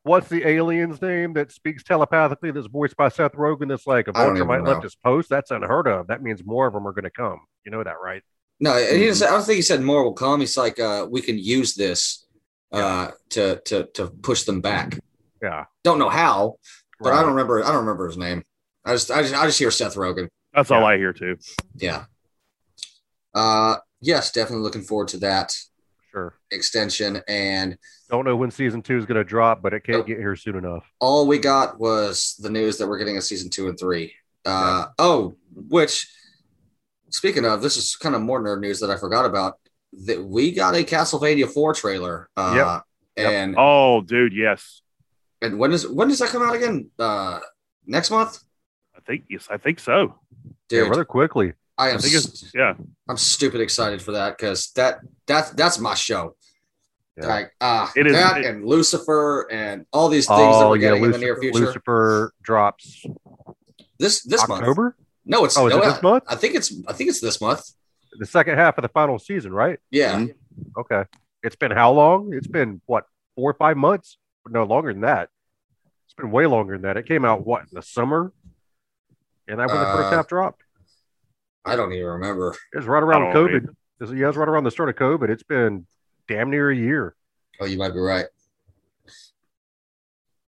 [SPEAKER 6] what's the alien's name that speaks telepathically? That's voiced by Seth Rogen. That's like a
[SPEAKER 5] I don't even
[SPEAKER 6] Voltramite
[SPEAKER 5] know.
[SPEAKER 6] left his post. That's unheard of. That means more of them are going to come. You know that, right?
[SPEAKER 5] No, and
[SPEAKER 6] Mm-hmm.
[SPEAKER 5] he didn't say, I don't think he said more will come. He's like, uh, we can use this uh, to to to push them back.
[SPEAKER 6] Yeah.
[SPEAKER 5] Don't know how, but I
[SPEAKER 6] Right.
[SPEAKER 5] don't remember. I don't remember his name. I just I just, I just hear Seth Rogen.
[SPEAKER 7] That's all I hear too.
[SPEAKER 5] Yeah. Uh, yes, definitely looking forward to that
[SPEAKER 6] Sure.
[SPEAKER 5] extension. And
[SPEAKER 6] Don't know when season two is going to drop, but it can't
[SPEAKER 5] Nope.
[SPEAKER 6] get here soon enough.
[SPEAKER 5] all we got was the news that we're getting a season two and three. Uh, Oh, which speaking of, this is kind of more nerd news that I forgot about. That we got a Castlevania four trailer. Uh,
[SPEAKER 6] Yep. Yep.
[SPEAKER 5] And
[SPEAKER 7] Oh, dude, yes.
[SPEAKER 5] And when does when does that come out again? Uh, next month,
[SPEAKER 7] I think yes, I think so.
[SPEAKER 6] Yeah,
[SPEAKER 5] dude.
[SPEAKER 6] rather quickly.
[SPEAKER 5] I
[SPEAKER 7] I
[SPEAKER 5] am
[SPEAKER 7] think
[SPEAKER 5] st-
[SPEAKER 7] it's yeah.
[SPEAKER 5] I'm stupid excited for that because that that's that's my show.
[SPEAKER 6] Yeah.
[SPEAKER 5] Like uh,
[SPEAKER 7] It is-
[SPEAKER 5] that
[SPEAKER 7] it-
[SPEAKER 5] and Lucifer and all these things that we're getting in the near future.
[SPEAKER 6] Oh, Lucifer drops
[SPEAKER 5] This this month?
[SPEAKER 6] October,
[SPEAKER 5] No, it's
[SPEAKER 6] Oh, is
[SPEAKER 5] no,
[SPEAKER 6] it this
[SPEAKER 5] I-
[SPEAKER 6] month?
[SPEAKER 5] I think it's I think it's this month.
[SPEAKER 6] the second half of the final season, right?
[SPEAKER 5] Yeah,
[SPEAKER 4] Mhm.
[SPEAKER 6] Okay. It's been how long? It's been what four or five months? No longer than that. It's been way longer than that. It came out what in the summer, and that was the first
[SPEAKER 5] Uh,
[SPEAKER 6] half dropped.
[SPEAKER 5] I don't even remember.
[SPEAKER 6] It was right around
[SPEAKER 7] I don't know,
[SPEAKER 6] COVID. It was- yeah, it was right around the start of COVID. It's been damn near a year.
[SPEAKER 5] Oh, you might be right.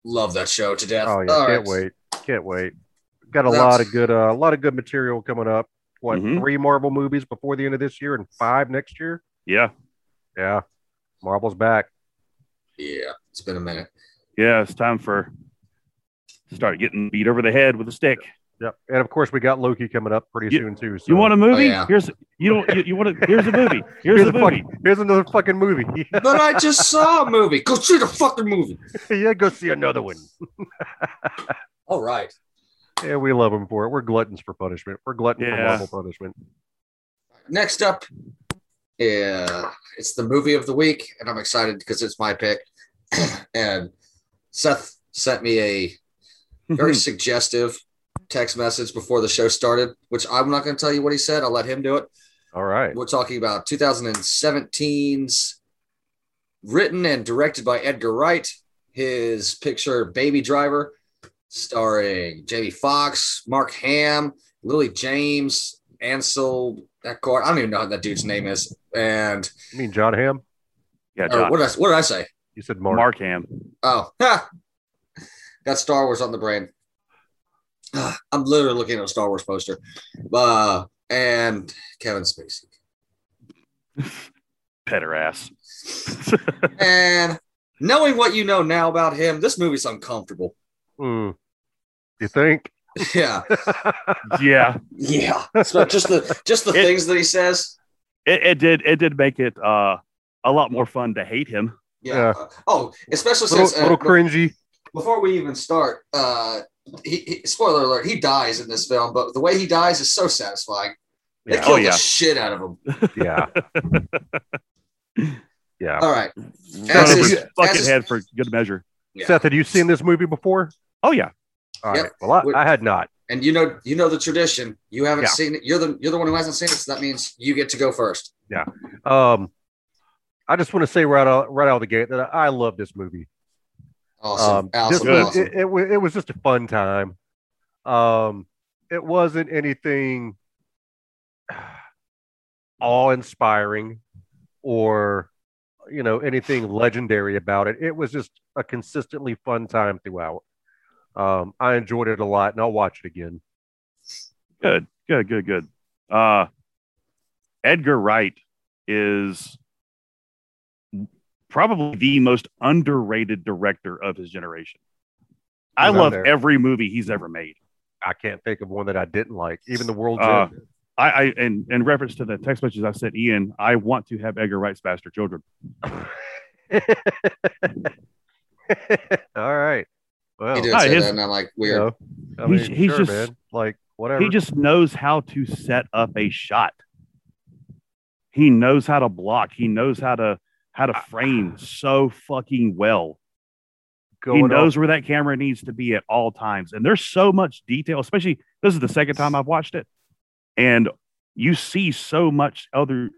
[SPEAKER 5] Love that show to death.
[SPEAKER 6] Oh yeah,
[SPEAKER 5] All
[SPEAKER 6] can't
[SPEAKER 5] right.
[SPEAKER 6] wait, can't wait. Got a
[SPEAKER 5] That's- Mm-hmm.
[SPEAKER 6] lot of good, uh, a lot of good material coming up. What
[SPEAKER 7] Mhm.
[SPEAKER 6] three Marvel movies before the end of this year and five next year?
[SPEAKER 7] Yeah.
[SPEAKER 6] Yeah, Marvel's back.
[SPEAKER 5] Yeah, it's been a minute.
[SPEAKER 7] Yeah. It's time for start getting beat over the head with a stick.
[SPEAKER 6] Yep, and of course we got Loki coming up pretty
[SPEAKER 7] You-
[SPEAKER 6] soon too. So
[SPEAKER 7] You want a movie?
[SPEAKER 5] yeah.
[SPEAKER 7] Here's you don't you, you want to here's a movie. Here's,
[SPEAKER 6] Here's
[SPEAKER 7] a
[SPEAKER 6] a
[SPEAKER 7] movie.
[SPEAKER 6] Here's another fucking movie.
[SPEAKER 5] But I just saw a movie. Go see the fucking movie.
[SPEAKER 6] yeah, go see another one.
[SPEAKER 5] All right.
[SPEAKER 6] Yeah, we love them for it. We're gluttons for punishment. We're gluttons for
[SPEAKER 7] Yeah.
[SPEAKER 6] Marvel punishment.
[SPEAKER 5] Next up, yeah, it's the movie of the week, and I'm excited because it's my pick. and Seth sent me a very suggestive text message before the show started, which I'm not going to tell you what he said. I'll let him do it.
[SPEAKER 6] All right.
[SPEAKER 5] We're talking about 2017's written and directed by Edgar Wright, his picture Baby Driver, starring Jamie Foxx, Mark Ham, Lily James, Ansel Eckhart. I don't even know how that dude's name is. And
[SPEAKER 6] You mean John Ham?
[SPEAKER 7] Yeah,
[SPEAKER 5] or
[SPEAKER 7] John.
[SPEAKER 5] what, did I, what did I say?
[SPEAKER 6] You said Mark.
[SPEAKER 7] Mark Ham.
[SPEAKER 5] Oh, ha! got Star Wars on the brain. Ah, I'm literally looking at a Star Wars poster. Uh, and Kevin Spacey.
[SPEAKER 7] Petter ass.
[SPEAKER 5] And knowing what you know now about him, this movie's uncomfortable.
[SPEAKER 6] Mm. You think?
[SPEAKER 5] Yeah,
[SPEAKER 7] yeah.
[SPEAKER 5] yeah. So just the just the
[SPEAKER 7] It-
[SPEAKER 5] things that he says.
[SPEAKER 7] It, it did it did make it uh a lot more fun to hate him.
[SPEAKER 5] Yeah. Oh, especially
[SPEAKER 6] Little,
[SPEAKER 5] since uh,
[SPEAKER 6] little cringy.
[SPEAKER 5] before we even start, uh, he, he, spoiler alert, he dies in this film, but the way he dies is so satisfying. They
[SPEAKER 7] Yeah.
[SPEAKER 5] kill
[SPEAKER 7] Oh
[SPEAKER 5] the
[SPEAKER 7] yeah.
[SPEAKER 5] shit out of him.
[SPEAKER 6] Yeah. yeah.
[SPEAKER 5] All right.
[SPEAKER 7] Run
[SPEAKER 5] That's
[SPEAKER 7] over
[SPEAKER 5] his-
[SPEAKER 7] his fucking
[SPEAKER 5] that's his-
[SPEAKER 7] head for good measure.
[SPEAKER 5] Yeah.
[SPEAKER 6] Seth, had you seen this movie before?
[SPEAKER 7] Oh yeah.
[SPEAKER 6] All
[SPEAKER 5] Yep.
[SPEAKER 6] right. Well,
[SPEAKER 5] We-
[SPEAKER 6] I, I had not.
[SPEAKER 5] And you know, you know the tradition. You haven't
[SPEAKER 6] Yeah.
[SPEAKER 5] seen it. You're the you're the one who hasn't seen it, so that means you get to go first.
[SPEAKER 6] Um, I just want to say right out right out of the gate that I love this movie.
[SPEAKER 5] Awesome.
[SPEAKER 6] Um,
[SPEAKER 5] awesome.
[SPEAKER 6] this was-
[SPEAKER 5] awesome.
[SPEAKER 6] It, it, wa- it was just a fun time. Um, it wasn't anything awe-inspiring or you know anything legendary about it. It was just a consistently fun time throughout. Um, I enjoyed it a lot, and I'll watch it again.
[SPEAKER 7] Good. Good. Good. Good. Uh, Edgar Wright is probably the most underrated director of his generation. I
[SPEAKER 6] He's on
[SPEAKER 7] love
[SPEAKER 6] there.
[SPEAKER 7] every movie he's ever made.
[SPEAKER 6] I can't think of one that I didn't like. Even the world's
[SPEAKER 7] Uh,
[SPEAKER 6] End.
[SPEAKER 7] I, I and in reference to the text messages I sent Ian, I want to have Edgar Wright's bastard children.
[SPEAKER 6] All right. Well,
[SPEAKER 5] he did
[SPEAKER 7] no,
[SPEAKER 5] say
[SPEAKER 7] his-
[SPEAKER 5] that, and I'm like,
[SPEAKER 6] you
[SPEAKER 5] weird.
[SPEAKER 6] know, I
[SPEAKER 7] He's-
[SPEAKER 6] mean,
[SPEAKER 7] he's
[SPEAKER 6] sure,
[SPEAKER 7] just-
[SPEAKER 6] man. like whatever.
[SPEAKER 7] He just knows how to set up a shot. He knows how to block. He knows how to how to frame so fucking well.
[SPEAKER 6] going
[SPEAKER 7] he
[SPEAKER 6] on-
[SPEAKER 7] knows where that camera needs to be at all times. And there's so much detail, especially this is the second time I've watched it. And you see so much other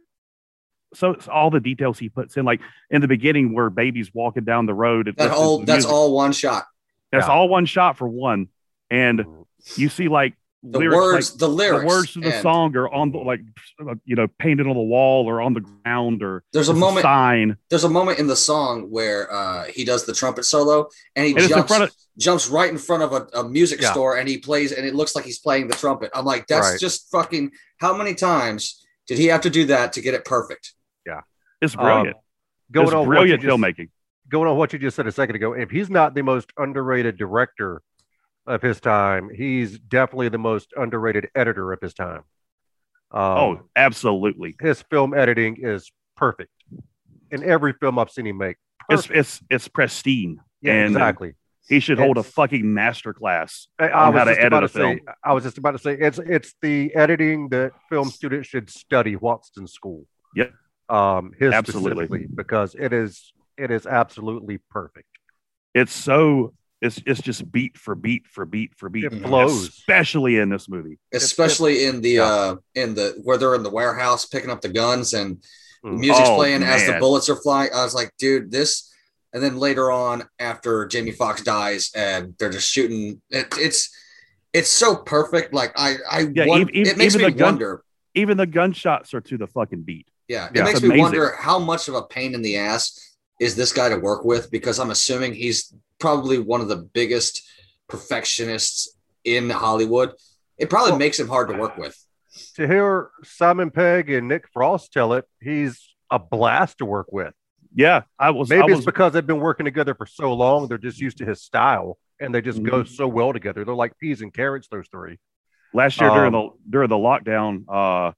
[SPEAKER 7] so it's all the details he puts in, like in the beginning where baby's walking down the road. it
[SPEAKER 5] That
[SPEAKER 7] listens to
[SPEAKER 5] all
[SPEAKER 7] the
[SPEAKER 5] that's
[SPEAKER 7] music.
[SPEAKER 5] all one shot.
[SPEAKER 7] That's
[SPEAKER 6] Yeah.
[SPEAKER 7] all one shot for one. And you see like
[SPEAKER 5] The
[SPEAKER 7] lyrics,
[SPEAKER 5] words,
[SPEAKER 7] like,
[SPEAKER 5] the lyrics,
[SPEAKER 7] the words to the
[SPEAKER 5] and
[SPEAKER 7] song are on the like you know painted on the wall or on the ground or
[SPEAKER 5] There's a
[SPEAKER 7] just
[SPEAKER 5] moment.
[SPEAKER 7] sign.
[SPEAKER 5] There's a moment in the song where uh, he does the trumpet solo, and he
[SPEAKER 7] And it's in
[SPEAKER 5] jumps
[SPEAKER 7] front of
[SPEAKER 5] jumps right in front of a, a music
[SPEAKER 6] Yeah.
[SPEAKER 5] store, and he plays, and it looks like he's playing the trumpet. I'm like, that's
[SPEAKER 6] Right.
[SPEAKER 5] just fucking. How many times did he have to do that to get it perfect? uh,
[SPEAKER 7] it's
[SPEAKER 6] Um,
[SPEAKER 7] brilliant.
[SPEAKER 6] going
[SPEAKER 7] it's
[SPEAKER 6] on what
[SPEAKER 7] brilliant
[SPEAKER 6] you just-
[SPEAKER 7] filmmaking.
[SPEAKER 6] going on what you just said a second ago. If he's not the most underrated director of his time, he's definitely the most underrated editor of his time. Um,
[SPEAKER 7] oh, absolutely.
[SPEAKER 6] his film editing is perfect in every film I've seen him make.
[SPEAKER 7] It's
[SPEAKER 6] Perfect.
[SPEAKER 7] it's it's pristine.
[SPEAKER 6] Yeah,
[SPEAKER 7] and-
[SPEAKER 6] exactly.
[SPEAKER 7] He should hold a
[SPEAKER 6] It's-
[SPEAKER 7] fucking masterclass.
[SPEAKER 6] I, I
[SPEAKER 7] on how
[SPEAKER 6] was
[SPEAKER 7] to
[SPEAKER 6] just
[SPEAKER 7] edit
[SPEAKER 6] about
[SPEAKER 7] a
[SPEAKER 6] to say. I was just about to say it's it's the editing that film students should study whilst in school.
[SPEAKER 7] Yep.
[SPEAKER 6] Um, his
[SPEAKER 7] Absolutely.
[SPEAKER 6] specifically because it is it is absolutely perfect.
[SPEAKER 7] It's so it's it's just beat for beat for beat for beat.
[SPEAKER 6] It flows.
[SPEAKER 7] especially in this movie.
[SPEAKER 5] Especially in the
[SPEAKER 6] yeah.
[SPEAKER 5] uh, in the where they're in the warehouse picking up the guns and
[SPEAKER 6] Mm.
[SPEAKER 5] music's
[SPEAKER 7] Oh,
[SPEAKER 5] playing as the
[SPEAKER 7] man.
[SPEAKER 5] bullets are flying. I was like, dude, this. And then later on, after Jamie Foxx dies and they're just shooting, it, it's it's so perfect. Like I, I,
[SPEAKER 7] Yeah,
[SPEAKER 5] won-
[SPEAKER 7] ev- ev-
[SPEAKER 5] it makes
[SPEAKER 7] even
[SPEAKER 5] me
[SPEAKER 7] the gun-
[SPEAKER 5] wonder.
[SPEAKER 7] Even the gunshots are to the fucking beat.
[SPEAKER 5] Yeah, it
[SPEAKER 6] Yeah,
[SPEAKER 5] makes
[SPEAKER 7] it's
[SPEAKER 5] me
[SPEAKER 7] amazing.
[SPEAKER 5] wonder how much of a pain in the ass is this guy to work with because I'm assuming he's probably one of the biggest perfectionists in Hollywood. It probably
[SPEAKER 6] Well-
[SPEAKER 5] makes him hard to work with.
[SPEAKER 6] to hear Simon Pegg and Nick Frost tell it, he's a blast to work with.
[SPEAKER 7] Yeah, I was. I
[SPEAKER 6] Maybe
[SPEAKER 7] was
[SPEAKER 6] it's because they've been working together for so long, they're just used to his style and they just go
[SPEAKER 7] Mm-hmm.
[SPEAKER 6] so well together. They're like peas and carrots, those three.
[SPEAKER 7] last year during the
[SPEAKER 6] Um,
[SPEAKER 7] during the lockdown uh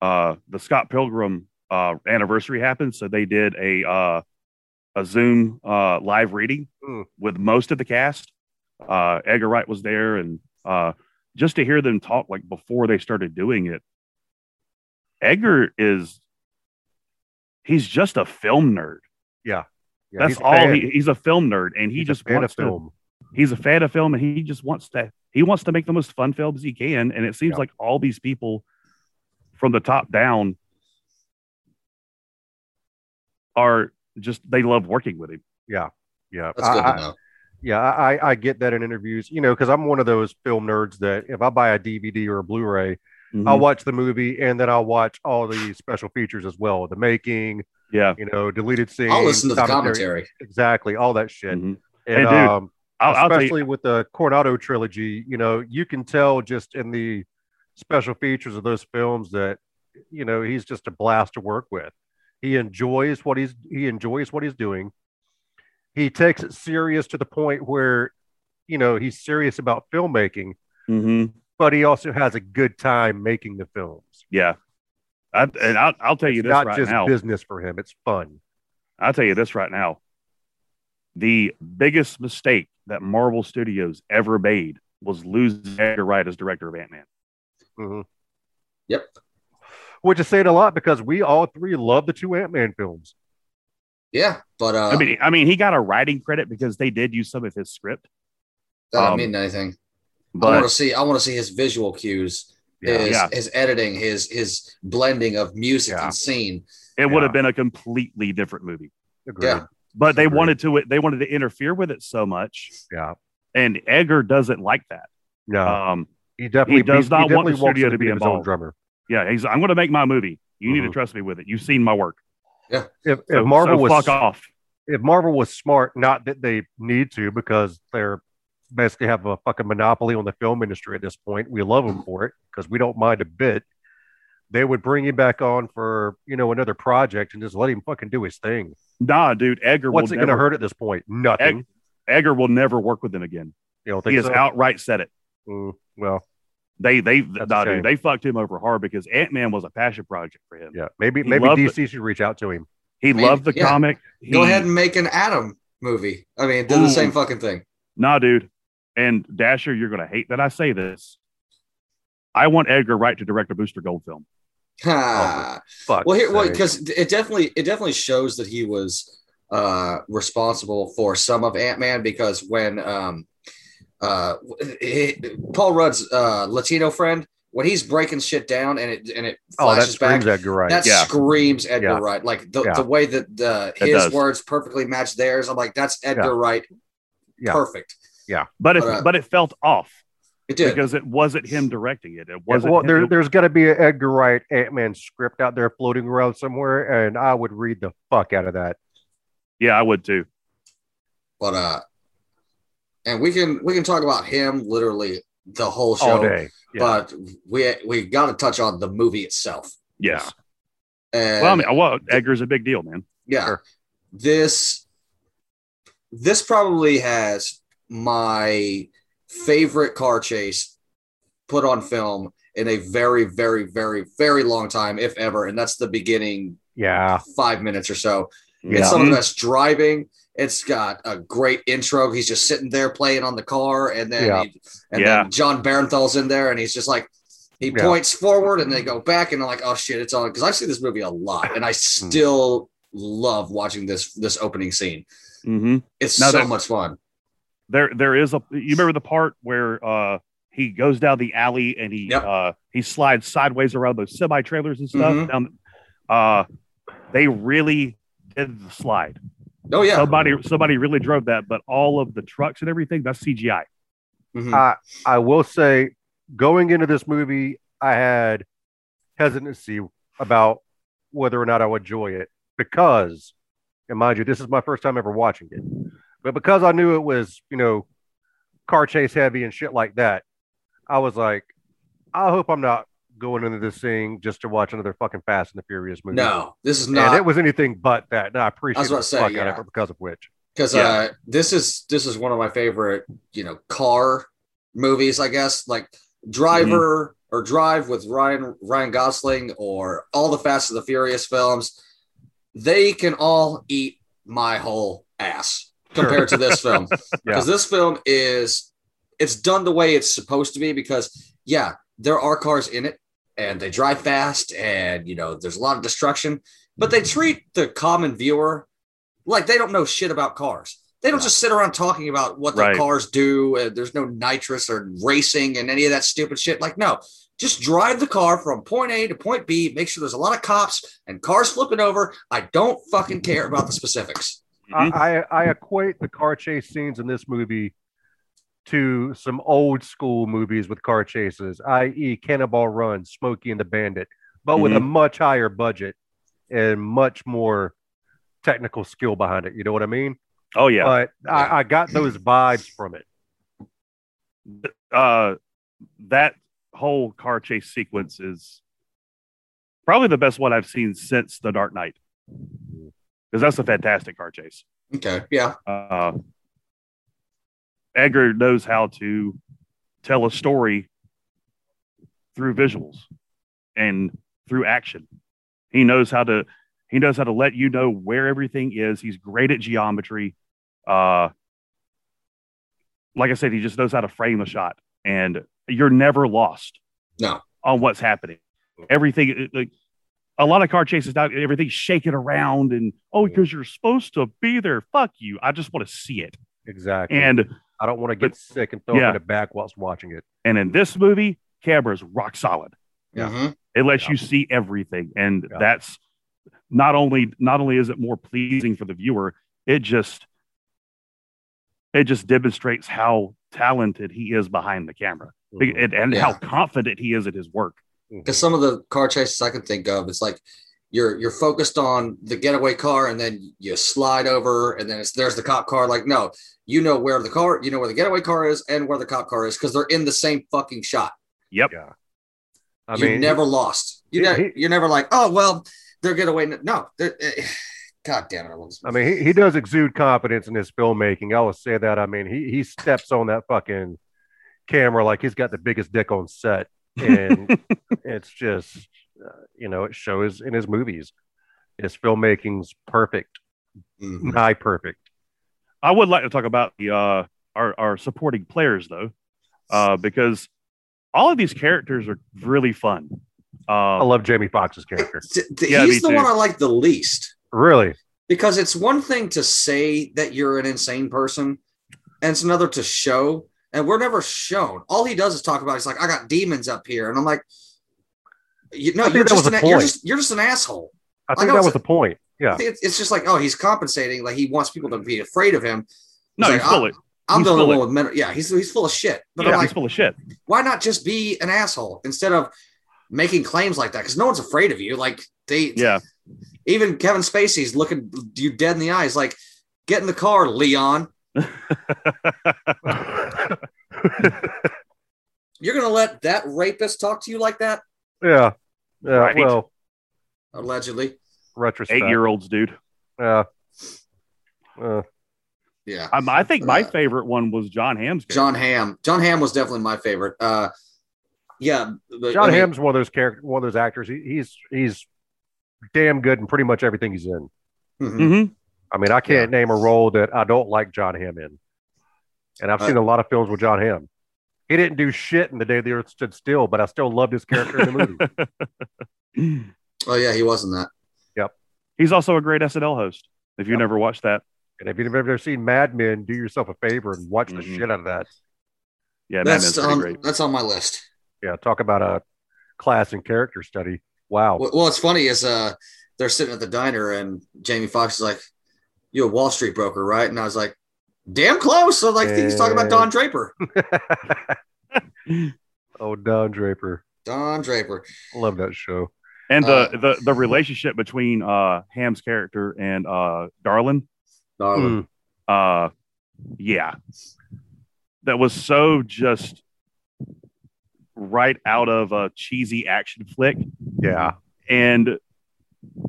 [SPEAKER 7] uh the scott pilgrim uh anniversary happened so they did a uh a zoom uh live reading
[SPEAKER 6] Mm.
[SPEAKER 7] with most of the cast uh edgar wright was there and uh just to hear them talk like before they started doing it edgar is he's just a film nerd
[SPEAKER 6] Yeah,
[SPEAKER 7] that's
[SPEAKER 6] he's a
[SPEAKER 7] all
[SPEAKER 6] fan.
[SPEAKER 7] he, he's a film nerd and he
[SPEAKER 6] He's a
[SPEAKER 7] just
[SPEAKER 6] fan
[SPEAKER 7] wants
[SPEAKER 6] of
[SPEAKER 7] to
[SPEAKER 6] film.
[SPEAKER 7] he's a fan of film and he just wants to he wants to make the most fun films he can and it seems
[SPEAKER 6] Yeah.
[SPEAKER 7] like all these people from the top down are just they love working with him
[SPEAKER 6] Yeah,
[SPEAKER 5] That's
[SPEAKER 6] I-
[SPEAKER 5] good
[SPEAKER 6] I-
[SPEAKER 5] to know.
[SPEAKER 6] yeah, I, I- I get that in interviews, you know, because I'm one of those film nerds that if I buy a DVD or a Blu-ray,
[SPEAKER 7] Mm-hmm.
[SPEAKER 6] I'll watch the movie and then I'll watch all the special features as well, the making,
[SPEAKER 7] yeah
[SPEAKER 6] you know, deleted scenes.
[SPEAKER 5] I'll listen to the commentary.
[SPEAKER 6] Exactly, all that shit.
[SPEAKER 7] Mhm.
[SPEAKER 6] And
[SPEAKER 7] Hey, dude,
[SPEAKER 6] um,
[SPEAKER 7] I'll, I'll tell you-
[SPEAKER 6] especially with the Coronado trilogy, you know, you can tell just in the special features of those films that you know he's just a blast to work with. He enjoys what he's he enjoys what he's doing. He takes it serious to the point where, you know, he's serious about filmmaking,
[SPEAKER 7] Mhm.
[SPEAKER 5] Mm-hmm.
[SPEAKER 6] but he also has a good time making the films.
[SPEAKER 7] yeah I, and I'll, I'll tell you this
[SPEAKER 6] Not
[SPEAKER 7] right
[SPEAKER 6] just
[SPEAKER 7] now.
[SPEAKER 6] business for him; it's fun.
[SPEAKER 7] I'll tell you this right now. The biggest mistake that Marvel Studios ever made was losing Edgar Wright as director of Ant Man.
[SPEAKER 6] Mhm.
[SPEAKER 5] Yep.
[SPEAKER 6] Which is saying a lot because we all three love the two Ant Man films.
[SPEAKER 5] Yeah, but uh,
[SPEAKER 7] I mean, I mean, he got a writing credit because they did use some of his script,
[SPEAKER 5] that don't
[SPEAKER 7] um,
[SPEAKER 5] mean anything. I want
[SPEAKER 7] but
[SPEAKER 5] to see. I want to see his visual cues, his,
[SPEAKER 7] Yeah.
[SPEAKER 5] his editing, his his blending of music
[SPEAKER 6] Yeah.
[SPEAKER 5] and scene.
[SPEAKER 7] it would
[SPEAKER 6] yeah.
[SPEAKER 7] have been a completely different movie.
[SPEAKER 6] Agreed.
[SPEAKER 5] Yeah.
[SPEAKER 7] But they
[SPEAKER 6] Agreed.
[SPEAKER 7] wanted to they wanted to interfere with it so much,
[SPEAKER 6] Yeah.
[SPEAKER 7] and Edgar doesn't like that.
[SPEAKER 6] No,
[SPEAKER 7] Um,
[SPEAKER 6] he definitely
[SPEAKER 7] does
[SPEAKER 6] beat-
[SPEAKER 7] not want
[SPEAKER 6] he definitely
[SPEAKER 7] the
[SPEAKER 6] wants
[SPEAKER 7] studio
[SPEAKER 6] him
[SPEAKER 7] to be
[SPEAKER 6] his own
[SPEAKER 7] involved.
[SPEAKER 6] drummer.
[SPEAKER 7] yeah, he's I'm going to make my movie. You need to
[SPEAKER 6] Mhm.
[SPEAKER 7] trust me with it. You've seen my work.
[SPEAKER 6] If,
[SPEAKER 7] So,
[SPEAKER 6] if Marvel
[SPEAKER 7] so
[SPEAKER 6] was
[SPEAKER 7] fuck off.
[SPEAKER 6] if Marvel was smart, not that they need to, because they're basically have a fucking monopoly on the film industry at this point. We love them for it because we don't mind a bit. They would bring him back on for you know another project and just let him fucking do his thing.
[SPEAKER 7] Nah, dude. Edgar
[SPEAKER 6] What's it
[SPEAKER 7] will
[SPEAKER 6] going to
[SPEAKER 7] never,
[SPEAKER 6] hurt at this point? Nothing.
[SPEAKER 7] Edgar will never work with them again.
[SPEAKER 6] you don't
[SPEAKER 7] He
[SPEAKER 6] think
[SPEAKER 7] has
[SPEAKER 6] so?
[SPEAKER 7] outright said it.
[SPEAKER 6] Mm, well,
[SPEAKER 7] They they
[SPEAKER 6] That's
[SPEAKER 7] nah,
[SPEAKER 6] a shame.
[SPEAKER 7] dude, they fucked him over hard because Ant Man was a passion project for him.
[SPEAKER 6] yeah, maybe
[SPEAKER 7] He
[SPEAKER 6] maybe
[SPEAKER 7] loved
[SPEAKER 6] DC should reach out to him.
[SPEAKER 7] He
[SPEAKER 5] Man,
[SPEAKER 7] loved the
[SPEAKER 5] yeah.
[SPEAKER 7] comic.
[SPEAKER 6] Mm.
[SPEAKER 7] He,
[SPEAKER 5] Go ahead and make an Adam movie. I mean, do the
[SPEAKER 7] Ooh.
[SPEAKER 5] same fucking thing.
[SPEAKER 7] nah, dude. And Dasher, you're gonna hate that I say this. I want Edgar Wright to direct a Booster Gold film.
[SPEAKER 5] Ha.
[SPEAKER 6] Fuck.
[SPEAKER 5] well, here, well,
[SPEAKER 6] Oh, sake.
[SPEAKER 5] because it definitely it definitely shows that he was uh, responsible for some of Ant Man because when um, uh, it- Paul Rudd's uh, Latino friend when he's breaking shit down and it and it
[SPEAKER 6] oh, that
[SPEAKER 5] flashes back.
[SPEAKER 6] screams Edgar Wright.
[SPEAKER 5] That
[SPEAKER 7] Yeah.
[SPEAKER 5] screams Edgar
[SPEAKER 6] Yeah.
[SPEAKER 5] Wright. Like the,
[SPEAKER 6] Yeah.
[SPEAKER 5] the way that the,
[SPEAKER 7] It
[SPEAKER 5] his
[SPEAKER 7] does.
[SPEAKER 5] words perfectly match theirs. I'm like, that's Edgar
[SPEAKER 6] Yeah.
[SPEAKER 5] Wright.
[SPEAKER 6] Yeah.
[SPEAKER 5] Perfect.
[SPEAKER 7] But it
[SPEAKER 5] Alright.
[SPEAKER 7] but it felt off
[SPEAKER 5] It did.
[SPEAKER 7] because it wasn't him directing it. It
[SPEAKER 6] Yeah,
[SPEAKER 7] wasn't.
[SPEAKER 6] well,
[SPEAKER 7] him-
[SPEAKER 6] there,
[SPEAKER 7] it-
[SPEAKER 6] there's got to be an Edgar Wright Ant Man script out there floating around somewhere, and I would read the fuck out of that.
[SPEAKER 7] yeah, I would too.
[SPEAKER 5] but uh, and we can we can talk about him literally the whole show.
[SPEAKER 6] all day. Yeah.
[SPEAKER 5] But we we got to touch on the movie itself.
[SPEAKER 7] Yes.
[SPEAKER 5] And
[SPEAKER 7] Well, I mean, well, Edgar's a big deal, man.
[SPEAKER 5] yeah,
[SPEAKER 6] sure.
[SPEAKER 5] this this probably has my favorite car chase put on film in a very, very, very, very long time, if ever, and that's the beginning
[SPEAKER 6] yeah.
[SPEAKER 5] five minutes or so.
[SPEAKER 7] Yeah.
[SPEAKER 5] It's some of the best driving. It's got a great intro. He's just sitting there playing on the car, and then
[SPEAKER 6] Yeah.
[SPEAKER 5] he- and
[SPEAKER 7] Yeah.
[SPEAKER 5] then John Barenthal's in there, and he's just like he
[SPEAKER 6] Yeah.
[SPEAKER 5] points forward, and they go back, and I'm like, oh shit, it's on because I've seen this movie a lot, and I
[SPEAKER 6] Hmm.
[SPEAKER 5] still love watching this this opening scene.
[SPEAKER 7] Mm-hmm.
[SPEAKER 5] It's
[SPEAKER 7] Now
[SPEAKER 5] so
[SPEAKER 7] that-
[SPEAKER 5] much fun.
[SPEAKER 7] there there is a you remember the part where uh he goes down the alley and he
[SPEAKER 5] Yep.
[SPEAKER 7] uh he slides sideways around those semi trailers and stuff
[SPEAKER 5] Mhm.
[SPEAKER 7] down uh they really did the slide
[SPEAKER 5] Oh yeah,
[SPEAKER 7] somebody somebody really drove that but all of the trucks and everything that's cgi
[SPEAKER 5] Mhm.
[SPEAKER 6] I I will say, going into this movie, I had hesitancy about whether or not I would enjoy it because, and mind you, this is my first time ever watching it, but because I knew it was you know car chase heavy and shit like that, I was like, I hope I'm not going into this thing just to watch another fucking Fast and the Furious movie.
[SPEAKER 5] no, this is
[SPEAKER 6] and
[SPEAKER 5] not
[SPEAKER 6] it was anything but that. And I appreciate
[SPEAKER 5] about
[SPEAKER 6] the
[SPEAKER 5] to say,
[SPEAKER 6] fuck out
[SPEAKER 5] yeah.
[SPEAKER 6] of it because of which.
[SPEAKER 5] because uh, this is this is one of my favorite you know car movies i guess like driver or drive with ryan ryan gosling or all the fast and the furious films they can all eat my whole ass compared to this film because
[SPEAKER 6] Yeah.
[SPEAKER 5] this film is it's done the way it's supposed to be because yeah there are cars in it and they drive fast and you know there's a lot of destruction but they treat the common viewer like they don't know shit about cars. They don't just sit around talking about what the
[SPEAKER 7] Right.
[SPEAKER 5] cars do. And there's no nitrous or racing and any of that stupid shit. Like, no, just drive the car from point A to point B. Make sure there's a lot of cops and cars flipping over. I don't fucking care about the specifics.
[SPEAKER 7] Mhm.
[SPEAKER 6] I, I, I equate the car chase scenes in this movie to some old school movies with car chases, i.e., Cannonball Run, Smokey and the Bandit, but with
[SPEAKER 7] Mm-hmm.
[SPEAKER 6] a much higher budget and much more technical skill behind it. You know what I mean?
[SPEAKER 7] oh yeah
[SPEAKER 6] But I, I got those vibes from it.
[SPEAKER 7] uh that whole car chase sequence is probably the best one i've seen since the dark knight Mm-hmm. because that's a fantastic car chase
[SPEAKER 5] Okay. Yeah.
[SPEAKER 7] uh, Edgar knows how to tell a story through visuals and through action. He knows how to he knows how to let you know where everything is. He's great at geometry. Uh, like I said, he just knows how to frame a shot, and you're never lost.
[SPEAKER 5] No.
[SPEAKER 7] on what's happening. Everything like a lot of car chases now, everything's shaking around, and oh, because you're supposed to be there. Fuck you! I just want to see it.
[SPEAKER 6] Exactly.
[SPEAKER 7] And
[SPEAKER 6] I don't want to get
[SPEAKER 7] but-
[SPEAKER 6] sick and throw it
[SPEAKER 7] yeah.
[SPEAKER 6] in the back whilst watching it.
[SPEAKER 7] and in this movie, camera's rock solid.
[SPEAKER 6] Yeah.
[SPEAKER 5] Mhm.
[SPEAKER 7] it lets
[SPEAKER 6] Yeah.
[SPEAKER 7] you see everything and
[SPEAKER 6] Yeah.
[SPEAKER 7] that's not only not only is it more pleasing for the viewer it just it just demonstrates how talented he is behind the camera
[SPEAKER 6] Mm-hmm.
[SPEAKER 7] and, and how confident he is at his work
[SPEAKER 6] Mhm.
[SPEAKER 5] because some of the car chases I can think of, it's like you're you're focused on the getaway car, and then you slide over, and then it's there's the cop car. Like, no, you know where the car, you know where the getaway car is, and where the cop car is, because they're in the same fucking shot.
[SPEAKER 7] yep
[SPEAKER 6] Yeah. I
[SPEAKER 5] you
[SPEAKER 6] mean,
[SPEAKER 5] never lost. You
[SPEAKER 6] he-
[SPEAKER 5] never,
[SPEAKER 6] he-
[SPEAKER 5] you're never like, oh well, they're getaway. No, they're, eh, God damn it, I love this
[SPEAKER 6] I mean, he, he does exude confidence in his filmmaking. I will say that. I mean, he he steps on that fucking camera like he's got the biggest dick on set, and it's just uh, you know it shows in his movies. His filmmaking's perfect,
[SPEAKER 5] Mhm.
[SPEAKER 6] nigh perfect.
[SPEAKER 7] i would like to talk about the uh our, our supporting players though uh because all of these characters are really fun
[SPEAKER 6] I
[SPEAKER 7] uh,
[SPEAKER 6] love Jamie Foxx's character.
[SPEAKER 5] T- t-
[SPEAKER 7] Yeah,
[SPEAKER 5] he's
[SPEAKER 7] me
[SPEAKER 5] the
[SPEAKER 7] too.
[SPEAKER 5] one I like the least.
[SPEAKER 6] Really,
[SPEAKER 5] because it's one thing to say that you're an insane person and it's another to show and we're never shown all he does is talk about he's like i got demons up here and i'm like you
[SPEAKER 6] I
[SPEAKER 5] know
[SPEAKER 6] think
[SPEAKER 5] you're
[SPEAKER 6] that
[SPEAKER 5] just,
[SPEAKER 6] was
[SPEAKER 5] an,
[SPEAKER 6] the
[SPEAKER 5] you're
[SPEAKER 6] point.
[SPEAKER 5] just you're just an asshole
[SPEAKER 6] I
[SPEAKER 5] know
[SPEAKER 6] think that
[SPEAKER 5] it's
[SPEAKER 6] was
[SPEAKER 5] a-
[SPEAKER 6] the point.
[SPEAKER 5] I
[SPEAKER 6] Yeah,
[SPEAKER 5] think it's, it's just like oh he's compensating like he wants people to be afraid of him
[SPEAKER 7] no
[SPEAKER 5] He's
[SPEAKER 7] he's
[SPEAKER 5] like,
[SPEAKER 7] full of
[SPEAKER 5] i'm
[SPEAKER 7] He's
[SPEAKER 5] the only
[SPEAKER 7] full of-
[SPEAKER 5] one with mental yeah he's, he's full of shit but
[SPEAKER 7] yeah,
[SPEAKER 5] i'm
[SPEAKER 7] he's
[SPEAKER 5] like
[SPEAKER 7] full of shit
[SPEAKER 5] why not just be an asshole instead of making claims like that because no one's afraid of you like they
[SPEAKER 7] yeah
[SPEAKER 5] even Kevin Spacey's looking you dead in the eyes, like, get in the car, Leon. You're gonna let that rapist talk to you like that?
[SPEAKER 6] yeah, yeah.
[SPEAKER 7] Right.
[SPEAKER 6] Well,
[SPEAKER 5] Allegedly.
[SPEAKER 6] retrospect.
[SPEAKER 7] eight year olds, dude.
[SPEAKER 6] Yeah. Uh,
[SPEAKER 5] Yeah.
[SPEAKER 7] Um, I think my
[SPEAKER 5] Uh,
[SPEAKER 7] favorite one was John Hamm's. character.
[SPEAKER 5] John Ham. John Ham was definitely my favorite. Uh yeah. but,
[SPEAKER 6] John
[SPEAKER 5] I mean,
[SPEAKER 6] Hamm's one of those character, one of those actors. He, he's he's damn good in pretty much everything he's in.
[SPEAKER 5] mhm.
[SPEAKER 7] Mhm.
[SPEAKER 6] I mean, I can't name a role that I don't like John Hamm in, and I've
[SPEAKER 5] Uh,
[SPEAKER 6] seen a lot of films with John Hamm. He didn't do shit in the day the Earth stood still, but I still loved his character in the movie.
[SPEAKER 5] Oh yeah, he was in that.
[SPEAKER 7] He's also a great SNL host. If you
[SPEAKER 6] Yep.
[SPEAKER 7] never watched that,
[SPEAKER 6] And if you've ever seen Mad Men, do yourself a favor and watch the
[SPEAKER 7] Mhm.
[SPEAKER 6] shit out of that.
[SPEAKER 7] yeah, Mad Men's
[SPEAKER 5] That's um,
[SPEAKER 7] pretty
[SPEAKER 5] on
[SPEAKER 7] great.
[SPEAKER 5] that's on my list.
[SPEAKER 6] Yeah, talk about a class and character study.
[SPEAKER 7] Oh.
[SPEAKER 6] Wow.
[SPEAKER 5] Well, well, what's funny is uh they're sitting at the diner and Jamie Foxx is like, You a Wall Street broker, right? And I was like, damn close. So like I think he's talking about Don Draper.
[SPEAKER 6] oh, Don Draper,
[SPEAKER 5] Don Draper.
[SPEAKER 6] love that show.
[SPEAKER 7] And the,
[SPEAKER 5] uh,
[SPEAKER 7] the the relationship between uh, Ham's character and uh, Darlin,
[SPEAKER 5] Darling.
[SPEAKER 6] Mm.
[SPEAKER 7] uh, yeah, that was so just right out of a cheesy action flick,
[SPEAKER 6] Yeah,
[SPEAKER 7] and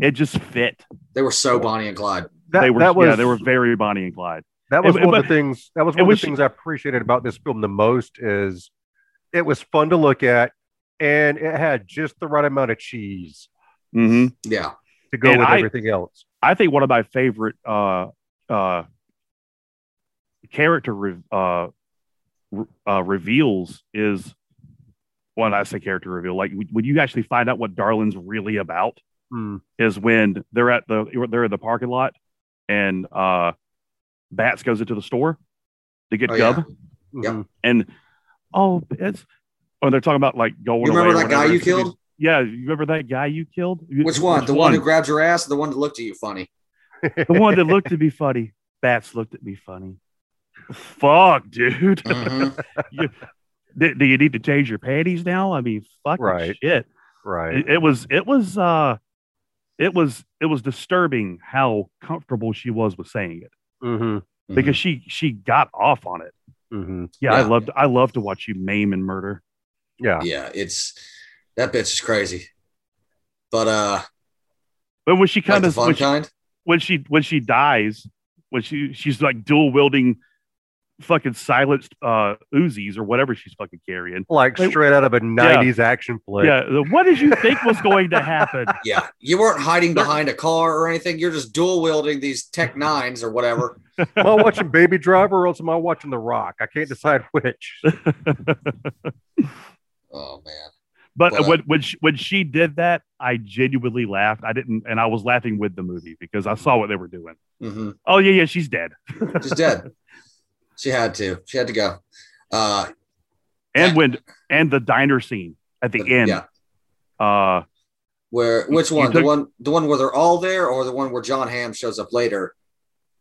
[SPEAKER 7] it just fit.
[SPEAKER 5] They were so Bonnie and Clyde.
[SPEAKER 6] that,
[SPEAKER 7] they were
[SPEAKER 6] that was
[SPEAKER 7] yeah, they were very Bonnie and Clyde.
[SPEAKER 6] That was
[SPEAKER 7] It-
[SPEAKER 6] one of
[SPEAKER 7] but-
[SPEAKER 6] the things. That was
[SPEAKER 7] it
[SPEAKER 6] one of
[SPEAKER 7] was-
[SPEAKER 6] the things I appreciated about this film the most is it was fun to look at, and it had just the right amount of cheese
[SPEAKER 7] Mm-hmm.
[SPEAKER 5] Yeah.
[SPEAKER 6] to go
[SPEAKER 7] And
[SPEAKER 6] with
[SPEAKER 7] I-
[SPEAKER 6] everything else.
[SPEAKER 7] I think one of my favorite uh, uh, character re- uh, re- uh, reveals is when I say character reveal, like when you actually find out what Darlin's really about,
[SPEAKER 6] Mm-hmm.
[SPEAKER 7] is when they're at the they're in the parking lot and uh, Bats goes into the store to get
[SPEAKER 5] Oh, yeah.
[SPEAKER 7] Gub,
[SPEAKER 5] Yep.
[SPEAKER 6] Mhm.
[SPEAKER 7] and oh, it's or they're talking about like going.
[SPEAKER 5] You
[SPEAKER 7] away
[SPEAKER 5] remember
[SPEAKER 7] or
[SPEAKER 5] that guy
[SPEAKER 7] whatever.
[SPEAKER 5] you killed?
[SPEAKER 7] Yeah, you remember that guy you killed?
[SPEAKER 5] Which one? the one who grabbed your ass or the one that looked at you funny?
[SPEAKER 6] Mm-hmm.
[SPEAKER 7] the one that looked at me funny. Bats looked at me funny. Fuck, dude.
[SPEAKER 5] Mhm.
[SPEAKER 7] Do, do you need to change your panties now? I mean, fucking
[SPEAKER 6] Right.
[SPEAKER 7] shit.
[SPEAKER 6] Right.
[SPEAKER 7] It, it was, it was, uh, it was, it was disturbing how comfortable she was with saying it
[SPEAKER 6] Mm-hmm.
[SPEAKER 7] because she, she got off on it.
[SPEAKER 6] Mm-hmm.
[SPEAKER 7] Yeah, I
[SPEAKER 5] Yeah.
[SPEAKER 7] loved, I love to watch you maim and murder.
[SPEAKER 6] Yeah.
[SPEAKER 5] Mm-hmm. Yeah, it's that bitch is crazy. But uh
[SPEAKER 7] But when she
[SPEAKER 5] like
[SPEAKER 7] kind
[SPEAKER 5] the
[SPEAKER 7] of,
[SPEAKER 5] fun
[SPEAKER 7] when, she-
[SPEAKER 5] kind.
[SPEAKER 7] when she, when she dies, when she, she's like dual wielding fucking silenced uh, Uzis or whatever she's fucking carrying.
[SPEAKER 6] Like
[SPEAKER 7] Wait,
[SPEAKER 6] straight out of a '90s action flick.
[SPEAKER 7] yeah, the- what did you think was going to happen?
[SPEAKER 5] Yeah, you weren't hiding behind a car or anything. You're just dual wielding these Tech Nines or whatever.
[SPEAKER 6] Am I watching Baby Driver or else am I watching The Rock? I can't decide which.
[SPEAKER 5] Oh man,
[SPEAKER 7] But
[SPEAKER 5] Well,
[SPEAKER 7] when when she, when she did that, I genuinely laughed. I didn't, and I was laughing with the movie because I saw what they were doing.
[SPEAKER 5] Mhm.
[SPEAKER 7] Oh yeah, yeah, she's dead,
[SPEAKER 5] she's dead. She had to. She had to go. Uh,
[SPEAKER 7] and when and the diner scene at the end.
[SPEAKER 5] yeah.
[SPEAKER 7] Uh,
[SPEAKER 5] Where which
[SPEAKER 7] You
[SPEAKER 5] one? the
[SPEAKER 7] took-
[SPEAKER 5] one the one where they're all there, or the one where John Hamm shows up later?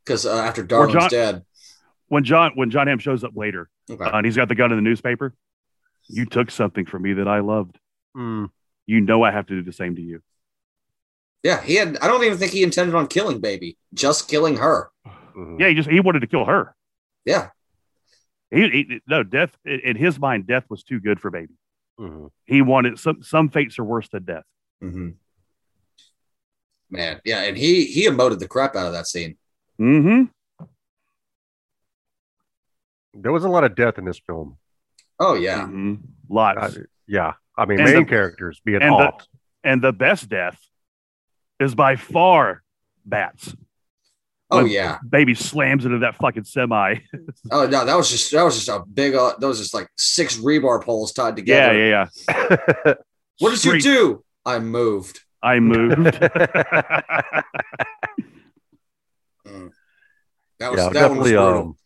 [SPEAKER 5] Because uh, after
[SPEAKER 7] Where
[SPEAKER 5] Darwin's
[SPEAKER 7] John-
[SPEAKER 5] dead.
[SPEAKER 7] when John when John Hamm shows up later,
[SPEAKER 5] Okay.
[SPEAKER 7] uh, and he's got the gun in the newspaper. You took something from me that I loved.
[SPEAKER 6] Hmm.
[SPEAKER 7] You know I have to do the same to you.
[SPEAKER 5] yeah, he had. I don't even think he intended on killing baby, just killing her.
[SPEAKER 6] Mhm.
[SPEAKER 7] Yeah, he just he wanted to kill her.
[SPEAKER 5] Yeah.
[SPEAKER 7] He, he no death in in his mind. Death was too good for baby.
[SPEAKER 6] Mhm.
[SPEAKER 7] He wanted some. Some fates are worse than death.
[SPEAKER 5] Mm-hmm. Man, yeah, and he he emoted the crap out of that scene.
[SPEAKER 7] Mm-hmm.
[SPEAKER 6] There was a lot of death in this film.
[SPEAKER 5] Oh yeah,
[SPEAKER 7] Lots.
[SPEAKER 6] I- yeah. I mean,
[SPEAKER 7] And
[SPEAKER 6] main
[SPEAKER 7] the-
[SPEAKER 6] characters being
[SPEAKER 7] and the-
[SPEAKER 6] off.
[SPEAKER 7] and the best death is by far bats.
[SPEAKER 5] oh
[SPEAKER 7] When
[SPEAKER 5] yeah,
[SPEAKER 7] Baby slams into that fucking semi.
[SPEAKER 5] oh no, that was just that was just a big. Uh, that was just like six rebar poles tied
[SPEAKER 7] Yeah,
[SPEAKER 5] together.
[SPEAKER 7] yeah, yeah.
[SPEAKER 5] What did you
[SPEAKER 7] Straight-
[SPEAKER 5] do? I moved.
[SPEAKER 7] I moved.
[SPEAKER 5] That was
[SPEAKER 6] yeah, I'll
[SPEAKER 5] that one was
[SPEAKER 6] definitely.
[SPEAKER 5] brutal.
[SPEAKER 6] Um,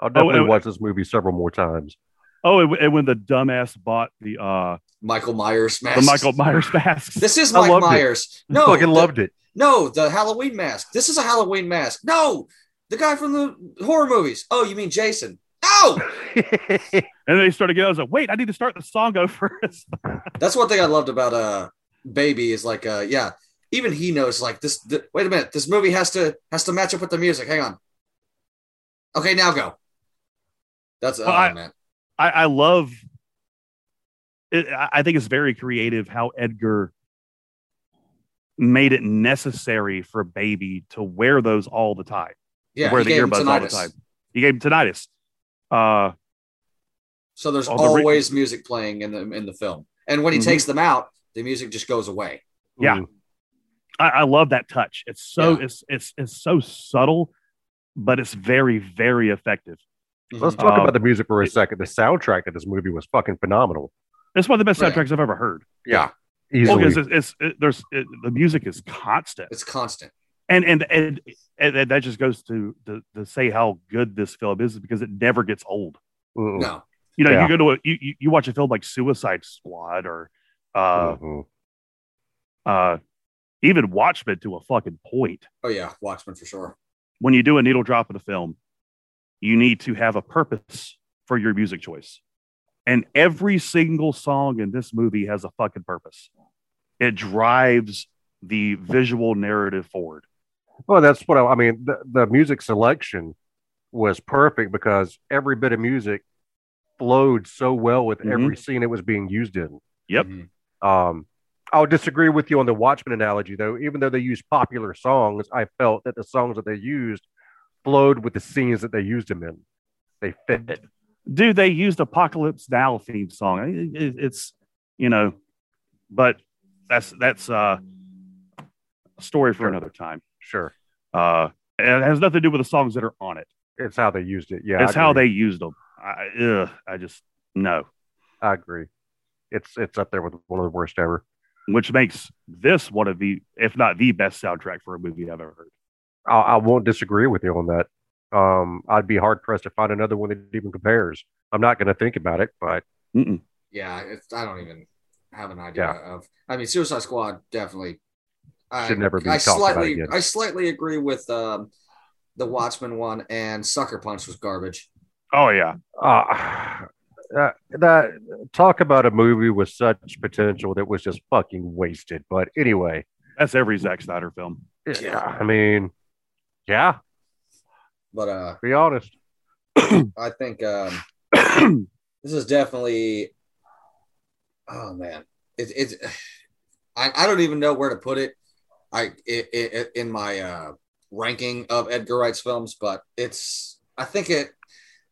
[SPEAKER 6] I'll definitely
[SPEAKER 7] and-
[SPEAKER 6] watch this movie several more times.
[SPEAKER 7] oh, and, and when the dumbass bought the uh
[SPEAKER 5] Michael Myers mask.
[SPEAKER 7] the Michael Myers masks.
[SPEAKER 5] This is
[SPEAKER 6] I
[SPEAKER 5] Mike
[SPEAKER 6] loved it.
[SPEAKER 5] Myers. No,
[SPEAKER 6] fucking
[SPEAKER 5] the-
[SPEAKER 6] loved it.
[SPEAKER 5] No, the Halloween mask. This is a Halloween mask. No, the guy from the horror movies. Oh, you mean Jason? No,
[SPEAKER 7] and they started getting. I was like, wait, I need to start the song over.
[SPEAKER 5] that's one thing I loved about uh Baby is like uh yeah, even he knows like this. Th- wait a minute, this movie has to has to match up with the music. Hang on. Okay, now go. That's oh
[SPEAKER 7] Well, I-
[SPEAKER 5] man.
[SPEAKER 7] I, I love. It, I I think it's very creative how Edgar made it necessary for Baby to wear those all the time.
[SPEAKER 5] Yeah,
[SPEAKER 7] wear
[SPEAKER 5] he
[SPEAKER 7] the
[SPEAKER 5] gave him
[SPEAKER 7] earbuds all the
[SPEAKER 5] tinnitus.
[SPEAKER 7] time. He gave him tinnitus. Uh,
[SPEAKER 5] So there's
[SPEAKER 7] All the re-
[SPEAKER 5] always music playing in the in the film, and when he
[SPEAKER 7] Mhm.
[SPEAKER 5] takes them out, the music just goes away.
[SPEAKER 6] Mm-hmm.
[SPEAKER 7] Yeah. I, I love that touch. It's so
[SPEAKER 5] Yeah.
[SPEAKER 7] it's it's it's so subtle, but it's very very effective.
[SPEAKER 6] Let's
[SPEAKER 5] Mhm.
[SPEAKER 6] talk
[SPEAKER 7] Um,
[SPEAKER 6] about the music for a second. The soundtrack to this movie was fucking phenomenal.
[SPEAKER 7] It's one of the best
[SPEAKER 5] Right.
[SPEAKER 7] soundtracks I've ever heard.
[SPEAKER 5] Yeah.
[SPEAKER 7] Well,
[SPEAKER 6] Easily.
[SPEAKER 7] 'cause it's, it's it, there's it, the music is constant,
[SPEAKER 5] It's constant.
[SPEAKER 7] and and and, and, and that just goes to, to to say how good this film is because it never gets old.
[SPEAKER 6] Mm-mm.
[SPEAKER 5] No,
[SPEAKER 7] You know,
[SPEAKER 6] Yeah.
[SPEAKER 7] you go to a, you you- you watch a film like Suicide Squad or uh
[SPEAKER 6] Mhm.
[SPEAKER 7] uh even Watchmen to a fucking point.
[SPEAKER 5] oh yeah, Watchmen for sure.
[SPEAKER 7] when you do a needle drop in a film, you need to have a purpose for your music choice. And every single song in this movie has a fucking purpose. It drives the visual narrative forward.
[SPEAKER 6] Well, that's what I, I mean. The, the music selection was perfect because every bit of music flowed so well with
[SPEAKER 7] Mhm.
[SPEAKER 6] every scene it was being used in.
[SPEAKER 7] Yep.
[SPEAKER 5] Mhm.
[SPEAKER 6] Um, I'll disagree with you on the Watchmen analogy, though. Even though they used popular songs, I felt that the songs that they used flowed with the scenes that they used them in. They fit. it.
[SPEAKER 7] Dude, they used Apocalypse Now theme song. It- it- it's you know, but that's that's uh, a story for
[SPEAKER 6] Sure.
[SPEAKER 7] another time.
[SPEAKER 6] Sure,
[SPEAKER 7] Uh, and it has nothing to do with the songs that are on it.
[SPEAKER 6] it's how they used it. Yeah,
[SPEAKER 7] It's
[SPEAKER 6] I
[SPEAKER 7] how
[SPEAKER 6] agree.
[SPEAKER 7] they used them. I, ugh, I just no.
[SPEAKER 6] I agree. It's it's up there with one of the worst ever.
[SPEAKER 7] which makes this one of the, if not the best soundtrack for a movie I've ever heard.
[SPEAKER 6] I, I won't disagree with you on that. Um, I'd be hard pressed to find another one that even compares. I'm not going to think about it, but
[SPEAKER 5] yeah, it's, I don't even have an idea
[SPEAKER 6] Yeah.
[SPEAKER 5] of. I mean, Suicide Squad definitely. I,
[SPEAKER 6] Should never be
[SPEAKER 5] I
[SPEAKER 6] talked about
[SPEAKER 5] slightly,
[SPEAKER 6] again.
[SPEAKER 5] I slightly agree with um, the Watchmen one, and Sucker Punch was garbage.
[SPEAKER 7] Oh yeah,
[SPEAKER 6] uh, that, that talk about a movie with such potential that was just fucking wasted. But anyway,
[SPEAKER 7] that's every Zack Snyder film.
[SPEAKER 6] yeah, I mean, yeah,
[SPEAKER 5] But uh,
[SPEAKER 6] be honest.
[SPEAKER 5] I think um, this is definitely. Oh man, it, it's. I, I don't even know where to put it. I it, it, it- in my uh, ranking of Edgar Wright's films, but it's. I think it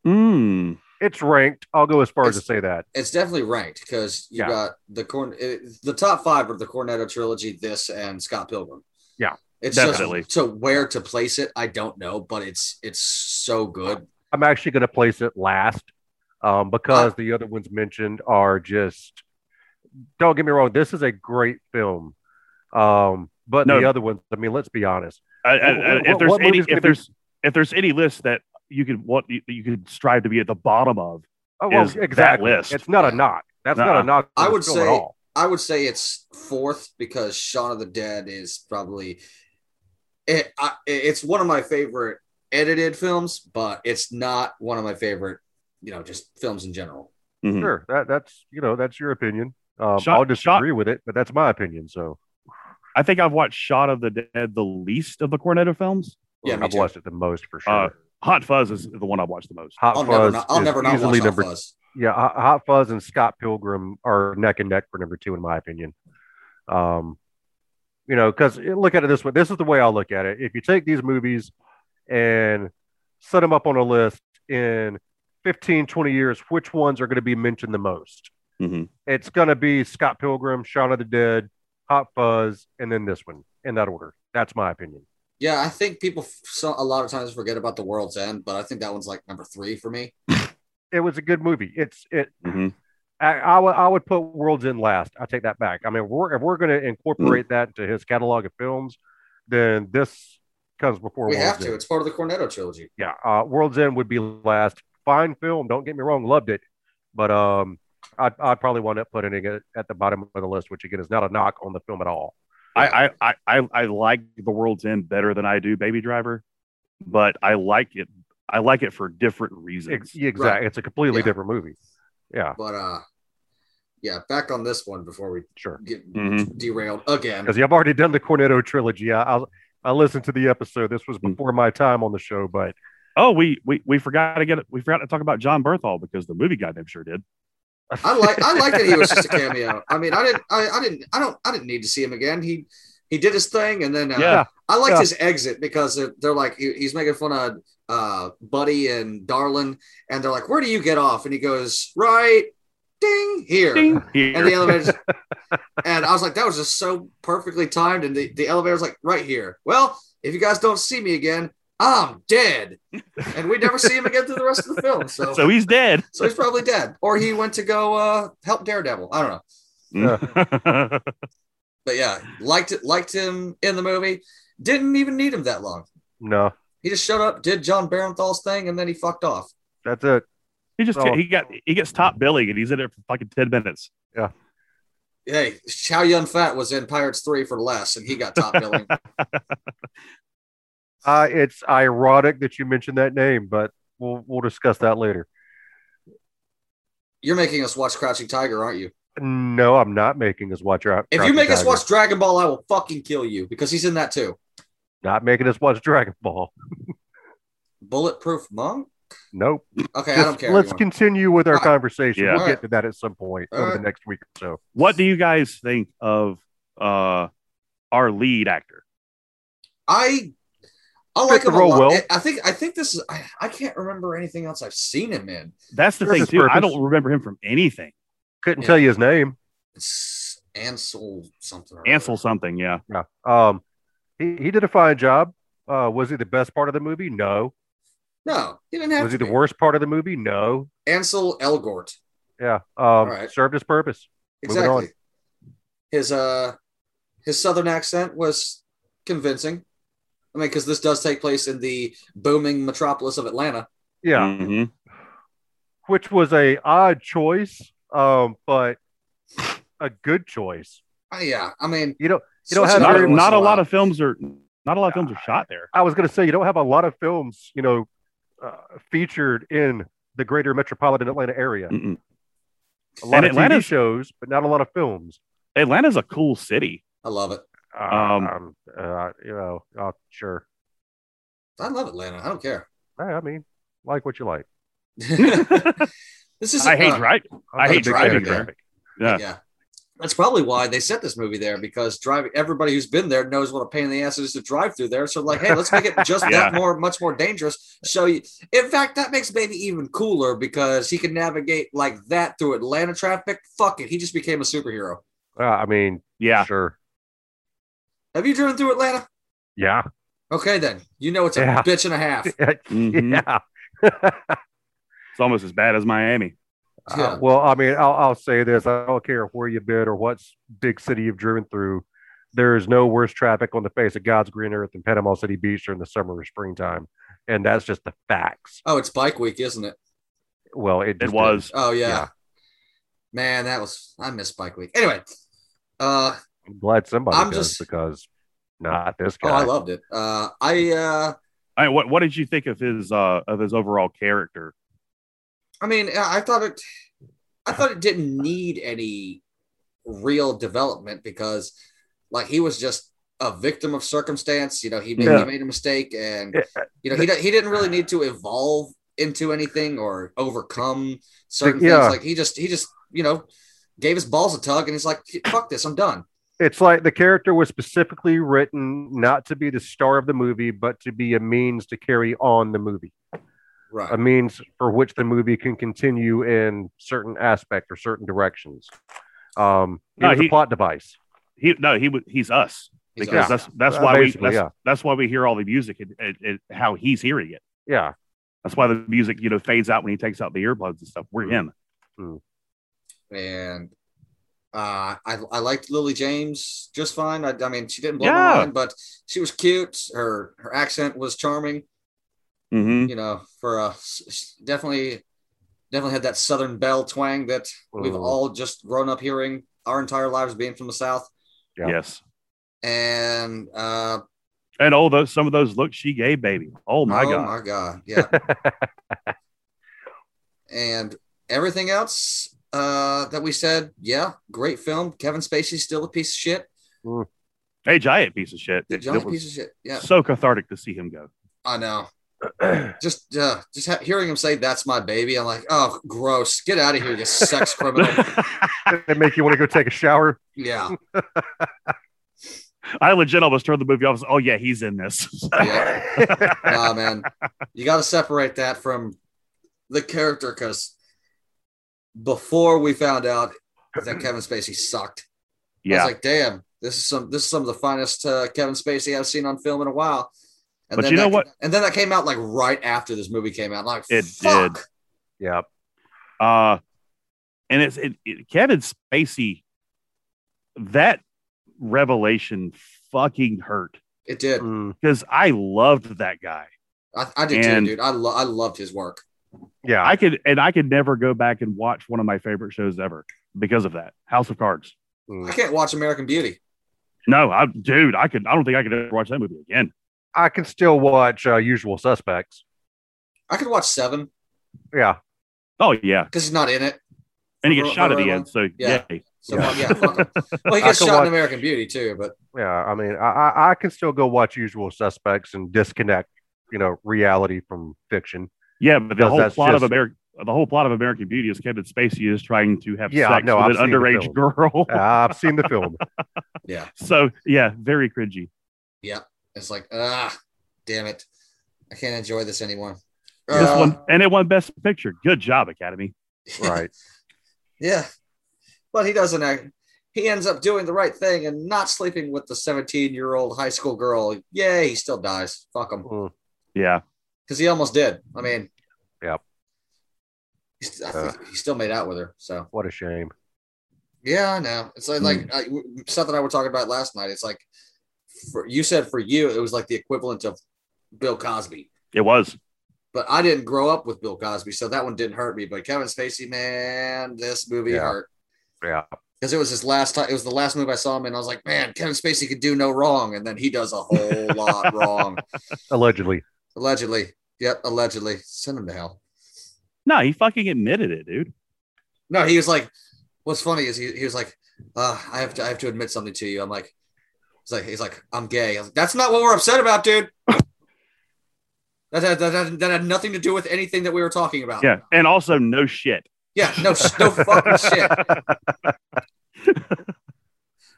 [SPEAKER 7] Mm.
[SPEAKER 6] It's ranked. I'll go as far as to
[SPEAKER 5] It's-
[SPEAKER 6] say that.
[SPEAKER 5] It's definitely ranked because you
[SPEAKER 6] Yeah.
[SPEAKER 5] got the corn. It, the top five are the Cornetto trilogy, this, and Scott Pilgrim.
[SPEAKER 6] Yeah,
[SPEAKER 5] it's
[SPEAKER 7] definitely.
[SPEAKER 5] Just, so where to place it, I don't know, but it's it's so good.
[SPEAKER 6] I'm actually going to place it last um, because the other ones mentioned are just. Don't get me wrong. This is a great film, um, but
[SPEAKER 7] No.
[SPEAKER 6] the other ones. I mean, let's be honest.
[SPEAKER 7] I, I,
[SPEAKER 6] What-
[SPEAKER 7] I-
[SPEAKER 6] what-
[SPEAKER 7] if there's
[SPEAKER 6] what
[SPEAKER 7] any,
[SPEAKER 6] movie's gonna
[SPEAKER 7] if
[SPEAKER 6] be-
[SPEAKER 7] there's if there's any list that you could what you, you could strive to be at the bottom of,
[SPEAKER 6] Oh, well,
[SPEAKER 7] Is that
[SPEAKER 6] exactly.
[SPEAKER 7] list.
[SPEAKER 6] It's not a knock. That's not
[SPEAKER 7] Nuh-uh.
[SPEAKER 6] a knock. on
[SPEAKER 5] I
[SPEAKER 6] this
[SPEAKER 5] would
[SPEAKER 6] film at
[SPEAKER 5] say-
[SPEAKER 6] all.
[SPEAKER 5] I would say it's fourth because Shaun of the Dead is probably it. I, eh, it's one of my favorite edited films, but it's not one of my favorite, you know, just films in general.
[SPEAKER 7] Mhm.
[SPEAKER 6] Sure. That, that's you know that's your opinion. Um,
[SPEAKER 7] Shot-
[SPEAKER 6] I'll disagree with it, but that's my opinion. So
[SPEAKER 7] I think I've watched Shot of the Dead the least of the Cornetto films.
[SPEAKER 5] Yeah, me
[SPEAKER 6] I've
[SPEAKER 5] too.
[SPEAKER 6] watched it the most for sure.
[SPEAKER 7] Uh, Hot Fuzz is the one I watched the most.
[SPEAKER 6] Hot
[SPEAKER 5] I'll
[SPEAKER 6] Fuzz
[SPEAKER 5] never not. I'll
[SPEAKER 6] is
[SPEAKER 5] never not
[SPEAKER 6] easily
[SPEAKER 5] watch
[SPEAKER 6] number.
[SPEAKER 5] number, Fuzz.
[SPEAKER 6] Yeah, Hot Hot Fuzz and Scott Pilgrim are neck and neck for number two, in my opinion. Um, you know, because look at it this way. This is the way I look at it. If you take these movies and set them up on a list in 15, 20 years, which ones are going to be mentioned the most?
[SPEAKER 7] Mhm.
[SPEAKER 6] It's going to be Scott Pilgrim, Shaun of the Dead, Hot Fuzz, and then this one in that order. That's my opinion.
[SPEAKER 5] Yeah, I think people f- so, a lot of times forget about the World's End, but I think that one's like number three for me.
[SPEAKER 6] It was a good movie. It's it
[SPEAKER 5] Mm-hmm.
[SPEAKER 7] Mhm.
[SPEAKER 6] I, I would I would put Worlds End last. I take that back. I mean, we're, if we're going
[SPEAKER 5] Mm.
[SPEAKER 6] to incorporate that into his catalog of films, then this comes before
[SPEAKER 5] we
[SPEAKER 6] World's
[SPEAKER 5] have to.
[SPEAKER 6] End.
[SPEAKER 5] It's part of the Cornetto trilogy.
[SPEAKER 6] Yeah, uh, World's End would be last. Fine film. Don't get me wrong. Loved it, but um, I I probably wound up putting it at the bottom of the list, which again is not a knock on the film at all.
[SPEAKER 7] I, I, I, I, I like The World's End better than I do Baby Driver, but I like it. I like it for different reasons.
[SPEAKER 6] Ex- exactly.
[SPEAKER 5] Right.
[SPEAKER 6] It's a completely
[SPEAKER 5] Yeah.
[SPEAKER 6] different movie. Yeah,
[SPEAKER 5] But uh, yeah, back on this one before we
[SPEAKER 6] sure.
[SPEAKER 5] get
[SPEAKER 7] Mhm.
[SPEAKER 5] derailed again.
[SPEAKER 6] Because I've already done the Cornetto trilogy. I, I I listened to the episode. This was
[SPEAKER 7] Mm.
[SPEAKER 6] before my time on the show, but
[SPEAKER 7] Oh, we, we we forgot to get we forgot to talk about John Berthall because the movie goddamn sure did.
[SPEAKER 5] I like I like that he was just a cameo. I mean, I didn't I, I didn't I don't I didn't need to see him again. He he did his thing, and then uh,
[SPEAKER 7] Yeah.
[SPEAKER 5] I liked
[SPEAKER 6] Yeah.
[SPEAKER 5] his exit because they're, they're like he- he's making fun of uh, Buddy and Darlin, and they're like, "Where do you get off?" And he goes, "Right, ding here."
[SPEAKER 7] Ding. Here.
[SPEAKER 5] and the elevator's and I was like, that was just so perfectly timed. And the, the elevator's like, right here. Well, if you guys don't see me again, I'm dead. And we never see him again through the rest of the film. So so,
[SPEAKER 7] so he's dead.
[SPEAKER 5] he's probably dead. Or he went to go uh help Daredevil. I don't know. Mm-hmm. But yeah, liked it, liked him in the movie. Didn't even need him that long.
[SPEAKER 6] no,
[SPEAKER 5] He just showed up, did John Barenthal's thing, and then he fucked off.
[SPEAKER 6] that's it.
[SPEAKER 7] he just
[SPEAKER 6] Oh.
[SPEAKER 7] he got he gets top billing and he's in it for fucking ten minutes.
[SPEAKER 5] Hey, Chow Yun Fat was in Pirates 3 for less, and he got top billing.
[SPEAKER 6] Uh, it's ironic that you mentioned that name, but we'll we'll discuss that later.
[SPEAKER 5] You're making us watch Crouching Tiger, aren't you?
[SPEAKER 6] No, I'm not making us watch. Dra-
[SPEAKER 5] If you
[SPEAKER 6] Crouching
[SPEAKER 5] make us
[SPEAKER 6] Tiger.
[SPEAKER 5] watch Dragon Ball, I will fucking kill you because he's in that too.
[SPEAKER 6] not making us watch Dragon Ball.
[SPEAKER 5] Bulletproof Monk?
[SPEAKER 6] Nope.
[SPEAKER 5] Okay, I
[SPEAKER 6] Let's,
[SPEAKER 5] don't care.
[SPEAKER 6] let's
[SPEAKER 5] anymore.
[SPEAKER 6] continue with our
[SPEAKER 5] All right.
[SPEAKER 6] conversation.
[SPEAKER 7] Yeah.
[SPEAKER 6] We'll
[SPEAKER 5] All
[SPEAKER 6] get
[SPEAKER 5] right.
[SPEAKER 6] to that at some point
[SPEAKER 5] All
[SPEAKER 6] over the
[SPEAKER 5] right.
[SPEAKER 6] next week or so.
[SPEAKER 7] What do you guys think of uh our lead actor?
[SPEAKER 5] I I
[SPEAKER 6] Fit
[SPEAKER 5] like
[SPEAKER 6] the
[SPEAKER 5] him a
[SPEAKER 6] role
[SPEAKER 5] lot.
[SPEAKER 6] well.
[SPEAKER 5] I think I think this is I, I can't remember anything else I've seen him in.
[SPEAKER 7] That's the
[SPEAKER 6] Serves
[SPEAKER 7] thing
[SPEAKER 6] its
[SPEAKER 7] too. I
[SPEAKER 6] purpose.
[SPEAKER 7] don't remember him from anything.
[SPEAKER 6] Couldn't
[SPEAKER 5] Yeah.
[SPEAKER 6] tell you his name.
[SPEAKER 5] It's Ansel something. or
[SPEAKER 7] Ansel
[SPEAKER 5] other.
[SPEAKER 7] something, yeah.
[SPEAKER 6] Yeah. Um, he, he did a fine job. Uh, was he the best part of the movie? No.
[SPEAKER 5] No, he didn't have.
[SPEAKER 6] Was
[SPEAKER 5] to
[SPEAKER 6] he the
[SPEAKER 5] be.
[SPEAKER 6] worst part of the movie? No.
[SPEAKER 5] Ansel Elgort.
[SPEAKER 6] Yeah. Um,
[SPEAKER 5] right.
[SPEAKER 6] served his purpose. Moving on.
[SPEAKER 5] Exactly. His uh his southern accent was convincing. I mean, because this does take place in the booming metropolis of Atlanta.
[SPEAKER 6] Yeah.
[SPEAKER 5] Mm.
[SPEAKER 7] Mhm.
[SPEAKER 6] which was a odd choice, um, but a good choice.
[SPEAKER 5] Uh, yeah, I mean,
[SPEAKER 6] You don't- you don't
[SPEAKER 5] switch
[SPEAKER 6] have
[SPEAKER 5] it up
[SPEAKER 7] Not,
[SPEAKER 6] very
[SPEAKER 5] every once
[SPEAKER 7] not
[SPEAKER 5] in
[SPEAKER 7] a lot
[SPEAKER 5] while.
[SPEAKER 7] of films are not a lot of films are shot there.
[SPEAKER 6] I was going to say you don't have a lot of films, you know, uh, featured in the greater metropolitan Atlanta area.
[SPEAKER 7] Mm-mm.
[SPEAKER 6] A lot
[SPEAKER 7] And
[SPEAKER 6] of TV
[SPEAKER 7] Atlanta's-
[SPEAKER 6] shows, but not a lot of films.
[SPEAKER 7] Atlanta's a cool city.
[SPEAKER 5] I love it.
[SPEAKER 7] Um,
[SPEAKER 6] um, uh, you know, uh, sure.
[SPEAKER 5] I love Atlanta. I don't care.
[SPEAKER 6] I, I mean, like what you like.
[SPEAKER 5] this is
[SPEAKER 7] I hate
[SPEAKER 5] uh,
[SPEAKER 7] right.
[SPEAKER 6] I'm
[SPEAKER 7] I
[SPEAKER 6] not a big
[SPEAKER 7] hate
[SPEAKER 6] fan
[SPEAKER 5] driving
[SPEAKER 6] of
[SPEAKER 5] there.
[SPEAKER 6] traffic.
[SPEAKER 7] Yeah.
[SPEAKER 5] Yeah. That's probably why they set this movie there because drive everybody who's been there knows what a pain in the ass it is to drive through there. So like, hey, let's make it just
[SPEAKER 7] Yeah.
[SPEAKER 5] that more, much more dangerous. Show you. In fact, that makes maybe even cooler because he can navigate like that through Atlanta traffic. Fuck it, he just became a superhero.
[SPEAKER 6] Uh, I mean,
[SPEAKER 7] Yeah.
[SPEAKER 6] sure.
[SPEAKER 5] Have you driven through Atlanta?
[SPEAKER 6] Yeah.
[SPEAKER 5] Okay, then you know it's a
[SPEAKER 6] Yeah.
[SPEAKER 5] bitch and a half.
[SPEAKER 7] Mhm.
[SPEAKER 6] Yeah.
[SPEAKER 7] It's almost as bad as Miami.
[SPEAKER 6] Uh,
[SPEAKER 5] Yeah.
[SPEAKER 6] well, I mean, I'll, I'll say this: I don't care where you've been or what s- big city you've driven through. There is no worse traffic on the face of God's green earth than Panama City Beach during the summer or springtime, and that's just the facts.
[SPEAKER 5] Oh, it's Bike Week, isn't it?
[SPEAKER 6] Well, it,
[SPEAKER 7] It
[SPEAKER 6] just
[SPEAKER 7] was.
[SPEAKER 5] Oh yeah.
[SPEAKER 6] Yeah.
[SPEAKER 5] Man, that was I miss Bike Week. Anyway, uh
[SPEAKER 6] is. I'm glad somebody
[SPEAKER 5] I'm
[SPEAKER 6] does
[SPEAKER 5] just-
[SPEAKER 6] because not this
[SPEAKER 5] oh,
[SPEAKER 6] guy.
[SPEAKER 5] I loved it. Uh I uh
[SPEAKER 7] I mean, what what did you think of his uh of his overall character?
[SPEAKER 5] I mean, I I thought it I thought it didn't need any real development because like he was just a victim of circumstance, you know, he made,
[SPEAKER 6] Yeah.
[SPEAKER 5] he made a mistake and
[SPEAKER 6] Yeah,
[SPEAKER 5] you know, he di- he didn't really need to evolve into anything or overcome certain
[SPEAKER 6] Yeah.
[SPEAKER 5] things like he just he just, you know, gave his balls a tug and he's like fuck this, I'm done.
[SPEAKER 6] it's like the character was specifically written not to be the star of the movie, but to be a means to carry on the movie.
[SPEAKER 5] Right.
[SPEAKER 6] a means for which the movie can continue in certain aspect or certain directions. Um, it
[SPEAKER 7] No,
[SPEAKER 6] was
[SPEAKER 7] he-
[SPEAKER 6] a plot device.
[SPEAKER 7] He no, he was he's us
[SPEAKER 5] He's
[SPEAKER 7] because
[SPEAKER 5] awesome.
[SPEAKER 7] that's that's
[SPEAKER 6] Uh,
[SPEAKER 7] why we
[SPEAKER 6] basically,
[SPEAKER 7] that's,
[SPEAKER 6] yeah.
[SPEAKER 7] that's why we hear all the music and, and, and how he's hearing it.
[SPEAKER 6] Yeah,
[SPEAKER 7] That's why the music you know fades out when he takes out the earbuds and stuff. We're him.
[SPEAKER 5] and uh, I I liked Lily James just fine. I, I mean, she didn't blow
[SPEAKER 7] Yeah.
[SPEAKER 5] my mind, but she was cute. Her her accent was charming.
[SPEAKER 7] Mm-hmm.
[SPEAKER 5] You know, for a s- s- definitely definitely had that Southern belle twang that we've
[SPEAKER 6] Mhm.
[SPEAKER 5] all just grown up hearing our entire lives being from the South.
[SPEAKER 6] Mm-hmm. Yeah.
[SPEAKER 7] Yes,
[SPEAKER 5] And uh,
[SPEAKER 7] and all those some of those looks she gave, baby. Oh my
[SPEAKER 5] oh
[SPEAKER 7] god,
[SPEAKER 5] my god, yeah. and everything else uh, that we said, yeah, great film. Kevin Spacey's still a piece of shit.
[SPEAKER 7] a giant piece of shit. It,
[SPEAKER 5] Giant
[SPEAKER 7] it was
[SPEAKER 5] piece of shit. Yeah,
[SPEAKER 7] so cathartic to see him go.
[SPEAKER 5] I know. just uh, just ha- hearing him say that's my baby, I'm like, oh, gross! Get out of here, you sex criminal!
[SPEAKER 6] they make you want to go take a shower.
[SPEAKER 5] Yeah,
[SPEAKER 7] I legit almost turned the movie off. and said, Oh yeah, he's in this.
[SPEAKER 5] yeah, nah, man, you got to separate that from the character because before we found out that Kevin Spacey sucked, I
[SPEAKER 7] yeah,
[SPEAKER 5] was like, damn, this is some this is some of the finest uh, Kevin Spacey I've seen on film in a while. And
[SPEAKER 7] But you know
[SPEAKER 5] that,
[SPEAKER 7] what?
[SPEAKER 5] And then that came out like right after this movie came out. Like
[SPEAKER 7] It
[SPEAKER 5] fuck.
[SPEAKER 7] did.
[SPEAKER 6] Yeah,
[SPEAKER 7] Uh, and it's it, it, Kevin Spacey. That revelation fucking hurt
[SPEAKER 5] It did.
[SPEAKER 6] Mm,
[SPEAKER 7] because I loved that guy.
[SPEAKER 5] I, I did
[SPEAKER 7] And-
[SPEAKER 5] too, dude. I lo- I loved his work.
[SPEAKER 6] yeah.
[SPEAKER 7] I could and I could never go back and watch one of my favorite shows ever because of that. House of Cards.
[SPEAKER 5] I
[SPEAKER 6] Mm.
[SPEAKER 5] can't watch American Beauty.
[SPEAKER 7] No, I dude, I could. I don't think I could ever watch that movie again.
[SPEAKER 6] I can still watch uh, Usual Suspects.
[SPEAKER 5] I could watch Seven
[SPEAKER 6] Yeah,
[SPEAKER 7] Oh yeah,
[SPEAKER 5] because he's not in it.
[SPEAKER 7] and he gets
[SPEAKER 5] Ro-
[SPEAKER 7] shot at
[SPEAKER 5] Ro-
[SPEAKER 7] the end. So yeah,
[SPEAKER 5] Yeah. So yeah, fuck him. well, he
[SPEAKER 6] I
[SPEAKER 5] gets
[SPEAKER 6] could
[SPEAKER 5] shot
[SPEAKER 6] watch-
[SPEAKER 5] in American Beauty too, but
[SPEAKER 6] yeah. I mean, I, I I can still go watch Usual Suspects and disconnect, you know, reality from fiction.
[SPEAKER 7] yeah, but the
[SPEAKER 6] Because
[SPEAKER 7] whole
[SPEAKER 6] that's
[SPEAKER 7] plot of
[SPEAKER 6] just-
[SPEAKER 7] American. The whole plot of American Beauty is Kevin Spacey is trying to have
[SPEAKER 6] Yeah,
[SPEAKER 7] sex
[SPEAKER 6] no, I've
[SPEAKER 7] with an
[SPEAKER 6] seen the
[SPEAKER 7] underage
[SPEAKER 6] film.
[SPEAKER 7] girl.
[SPEAKER 6] I've seen the film.
[SPEAKER 5] yeah,
[SPEAKER 7] so yeah, very cringy.
[SPEAKER 5] it's like ah, damn it, I can't enjoy this anymore.
[SPEAKER 7] This
[SPEAKER 5] Uh,
[SPEAKER 7] one and it won Best Picture. Good job, Academy.
[SPEAKER 6] Right.
[SPEAKER 5] yeah, but he doesn't. Act, he ends up doing the right thing and not sleeping with the seventeen-year-old high school girl. Yay, he still dies. Fuck him,
[SPEAKER 6] Mm.
[SPEAKER 7] Yeah,
[SPEAKER 5] because he almost did. I mean,
[SPEAKER 6] Yep.
[SPEAKER 5] He, st- I think he still made out with her. So
[SPEAKER 6] What a shame.
[SPEAKER 5] Yeah, I know. It's like,
[SPEAKER 6] Hmm.
[SPEAKER 5] like I, w- Seth and I were talking about last night. It's like for, you said for you, it was like the equivalent of Bill Cosby.
[SPEAKER 7] it was.
[SPEAKER 5] But I didn't grow up with Bill Cosby, so that one didn't hurt me. But Kevin Spacey, man, this movie
[SPEAKER 6] Yeah.
[SPEAKER 5] hurt
[SPEAKER 6] Yeah.
[SPEAKER 5] because it was his last time. It was the last movie I saw him, in. I was like, man, Kevin Spacey could do no wrong, and then he does a whole lot wrong,
[SPEAKER 6] Allegedly.
[SPEAKER 5] allegedly. Yep, allegedly. Send him to hell.
[SPEAKER 7] No, he fucking admitted it, dude.
[SPEAKER 5] No, he was like, what's funny is he, he was like, uh, I have to I have to admit something to you. I'm like, he's like he's like I'm gay. I was like, That's not what we're upset about, dude. That had, that, had, that had nothing to do with anything that we were talking about.
[SPEAKER 7] Yeah, and also no shit.
[SPEAKER 5] yeah, no, sh- no fucking shit.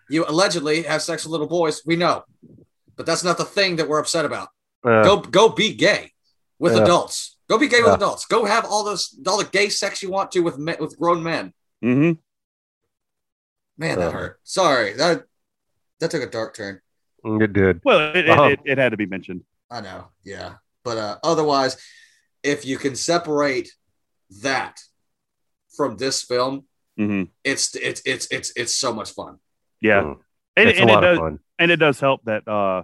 [SPEAKER 5] You allegedly have sex with little boys. We know, but that's not the thing that we're upset about.
[SPEAKER 6] Uh,
[SPEAKER 5] go go be gay with
[SPEAKER 6] Yeah.
[SPEAKER 5] adults. Go be gay with
[SPEAKER 6] Yeah.
[SPEAKER 5] adults. Go have all those all the gay sex you want to with men, with grown men.
[SPEAKER 7] hmm
[SPEAKER 6] Mm-hmm.
[SPEAKER 5] Man,
[SPEAKER 6] Yeah.
[SPEAKER 5] that hurt. Sorry that that took a dark turn.
[SPEAKER 6] mm, It did.
[SPEAKER 7] Well, it,
[SPEAKER 6] Uh-huh.
[SPEAKER 7] it, it, it had to be mentioned.
[SPEAKER 5] I know. Yeah, but uh, otherwise, if you can separate that from this film,
[SPEAKER 7] hmm
[SPEAKER 5] it's it's it's it's it's so much fun.
[SPEAKER 7] Yeah,
[SPEAKER 6] Mm.
[SPEAKER 7] and,
[SPEAKER 6] it's
[SPEAKER 7] and
[SPEAKER 6] a
[SPEAKER 7] it
[SPEAKER 6] lot
[SPEAKER 7] does,
[SPEAKER 6] of fun.
[SPEAKER 7] and it does help that uh,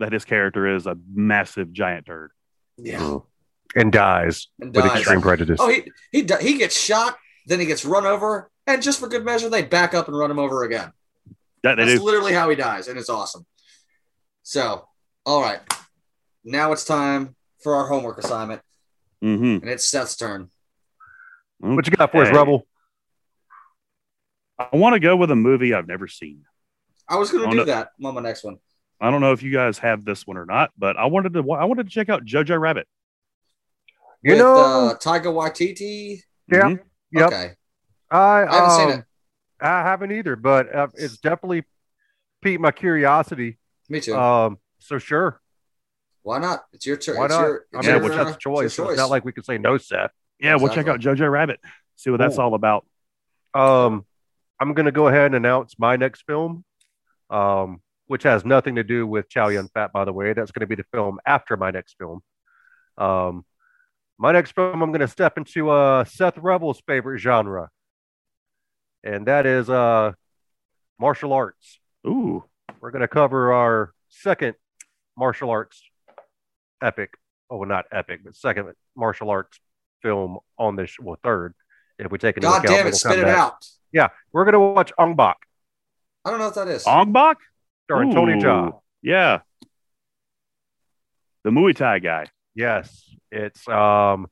[SPEAKER 7] that his character is a massive giant turd.
[SPEAKER 5] Yeah,
[SPEAKER 6] Mm. And dies
[SPEAKER 5] and
[SPEAKER 6] with
[SPEAKER 5] dies.
[SPEAKER 6] extreme prejudice.
[SPEAKER 5] Oh, he he di- he gets shot, then he gets run over, and just for good measure, they back up and run him over again.
[SPEAKER 7] That they
[SPEAKER 5] That's
[SPEAKER 7] do.
[SPEAKER 5] literally how he dies, and it's awesome. So, all right, now it's time for our homework assignment,
[SPEAKER 7] Mhm.
[SPEAKER 5] and it's Seth's turn.
[SPEAKER 6] what you got for us,
[SPEAKER 7] Okay.
[SPEAKER 6] Rebel?
[SPEAKER 7] I want to go with a movie I've never seen.
[SPEAKER 5] I was going
[SPEAKER 7] Oh,
[SPEAKER 5] to do
[SPEAKER 7] no.
[SPEAKER 5] that on my next one.
[SPEAKER 7] I don't know if you guys have this one or not, but I wanted to wa- I wanted to check out Jojo Rabbit.
[SPEAKER 6] You
[SPEAKER 5] With
[SPEAKER 6] know,
[SPEAKER 5] uh, Taiga Waititi.
[SPEAKER 6] yeah,
[SPEAKER 7] Mhm.
[SPEAKER 6] Yep.
[SPEAKER 5] Okay,
[SPEAKER 6] I,
[SPEAKER 5] I haven't seen
[SPEAKER 6] um,
[SPEAKER 5] it.
[SPEAKER 6] I haven't either, but uh, it's definitely piqued my curiosity.
[SPEAKER 5] Me too.
[SPEAKER 6] Um, so sure,
[SPEAKER 5] why not? It's your turn.
[SPEAKER 6] why
[SPEAKER 5] it's
[SPEAKER 6] not?
[SPEAKER 5] Your,
[SPEAKER 6] I
[SPEAKER 5] it's
[SPEAKER 6] mean,
[SPEAKER 5] your,
[SPEAKER 6] which
[SPEAKER 5] uh,
[SPEAKER 6] that's a
[SPEAKER 5] it's your
[SPEAKER 6] choice. so It's not like we can say no, Seth.
[SPEAKER 7] Yeah, we'll check out
[SPEAKER 5] Exactly.
[SPEAKER 7] Jojo Rabbit. See what that's
[SPEAKER 6] Cool.
[SPEAKER 7] all about.
[SPEAKER 6] Um, I'm gonna go ahead and announce my next film, um, which has nothing to do with Chow Yun Fat, by the way. That's gonna be the film after my next film. Um, my next film, I'm gonna step into uh, Seth Rebel's favorite genre, and that is uh, martial arts.
[SPEAKER 7] Ooh,
[SPEAKER 6] We're gonna cover our second martial arts epic. Oh, well, not epic, but second martial arts film on this. Well, third, if we take into
[SPEAKER 5] God
[SPEAKER 6] account
[SPEAKER 5] damn it!
[SPEAKER 6] Mortal
[SPEAKER 5] Spit it
[SPEAKER 6] Kombat.
[SPEAKER 5] out.
[SPEAKER 6] Yeah, we're gonna watch Ong Bak
[SPEAKER 5] I don't know if that is.
[SPEAKER 6] Oh,
[SPEAKER 7] Ong Bak?
[SPEAKER 6] starring Tony
[SPEAKER 7] Ooh.
[SPEAKER 6] Jaa.
[SPEAKER 7] Yeah, the Muay Thai guy.
[SPEAKER 6] Yes, it's um,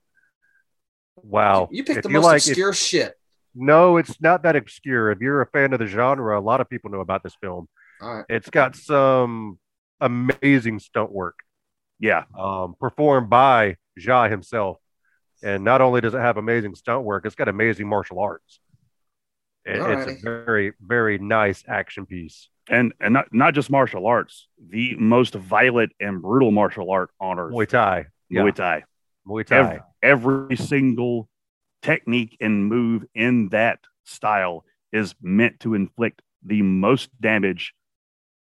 [SPEAKER 6] wow.
[SPEAKER 5] You picked
[SPEAKER 6] If
[SPEAKER 5] the most
[SPEAKER 6] like- if-
[SPEAKER 5] obscure shit.
[SPEAKER 6] no, it's not that obscure. If you're a fan of the genre, a lot of people know about this film.
[SPEAKER 5] All right.
[SPEAKER 6] It's got some amazing stunt work
[SPEAKER 7] Yeah,
[SPEAKER 6] um, performed by Jaa himself, and not only does it have amazing stunt work, it's got amazing martial arts. It-
[SPEAKER 5] Alrighty.
[SPEAKER 6] it's a very, very nice action piece.
[SPEAKER 7] and and not not just martial arts, the most violent and brutal martial art on earth.
[SPEAKER 6] Muay Thai, yeah.
[SPEAKER 7] Muay Thai.
[SPEAKER 6] Muay Thai.
[SPEAKER 7] Every, every single technique and move in that style is meant to inflict the most damage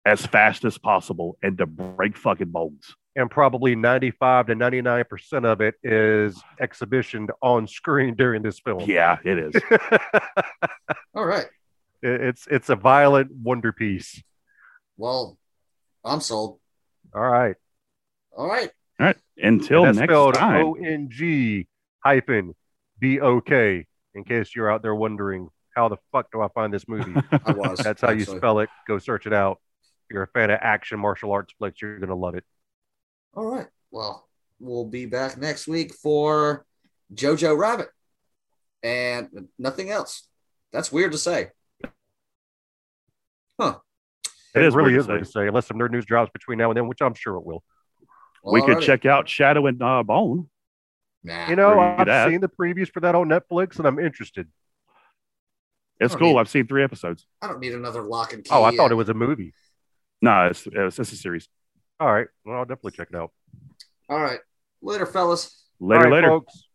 [SPEAKER 7] as fast as possible and to break fucking bones.
[SPEAKER 6] and probably 95 to 99 percent of it is exhibitioned on screen during this film.
[SPEAKER 7] Yeah, it is.
[SPEAKER 6] It-
[SPEAKER 5] All right.
[SPEAKER 6] it's it's a violent wonder piece.
[SPEAKER 5] Well, I'm sold.
[SPEAKER 6] All right,
[SPEAKER 5] All right.
[SPEAKER 7] All right. Until
[SPEAKER 6] And that's
[SPEAKER 7] next
[SPEAKER 6] spelled
[SPEAKER 7] time.
[SPEAKER 6] O N G hyphen B O K. In case you're out there wondering how the fuck do I find this movie,
[SPEAKER 5] I was.
[SPEAKER 6] that's how you
[SPEAKER 5] actually.
[SPEAKER 6] spell it. Go search it out. If you're a fan of action martial arts flicks, you're gonna love it.
[SPEAKER 5] All right. Well, we'll be back next week for Jojo Rabbit and nothing else. That's weird to say.
[SPEAKER 7] It
[SPEAKER 6] It,
[SPEAKER 7] is
[SPEAKER 6] really
[SPEAKER 7] weird to
[SPEAKER 6] is weird to
[SPEAKER 7] say.
[SPEAKER 6] say, unless some nerd news drops between now and then, which I'm sure it will.
[SPEAKER 5] Well,
[SPEAKER 7] we could
[SPEAKER 5] alrighty.
[SPEAKER 7] check out Shadow and uh, Bone.
[SPEAKER 5] Nah.
[SPEAKER 6] You know,
[SPEAKER 7] Where you
[SPEAKER 6] I've
[SPEAKER 7] get at.
[SPEAKER 6] seen the previews for that on Netflix, and I'm interested.
[SPEAKER 7] It's
[SPEAKER 5] Oh,
[SPEAKER 7] cool.
[SPEAKER 5] yeah.
[SPEAKER 7] I've seen three episodes.
[SPEAKER 5] I don't need another lock and key.
[SPEAKER 6] Oh, I thought it was a movie.
[SPEAKER 7] No, it's, it's, it's a series.
[SPEAKER 6] All right. Well, I'll definitely check it out.
[SPEAKER 5] All right. Later, fellas.
[SPEAKER 7] Later,
[SPEAKER 6] All right,
[SPEAKER 7] later.
[SPEAKER 6] folks.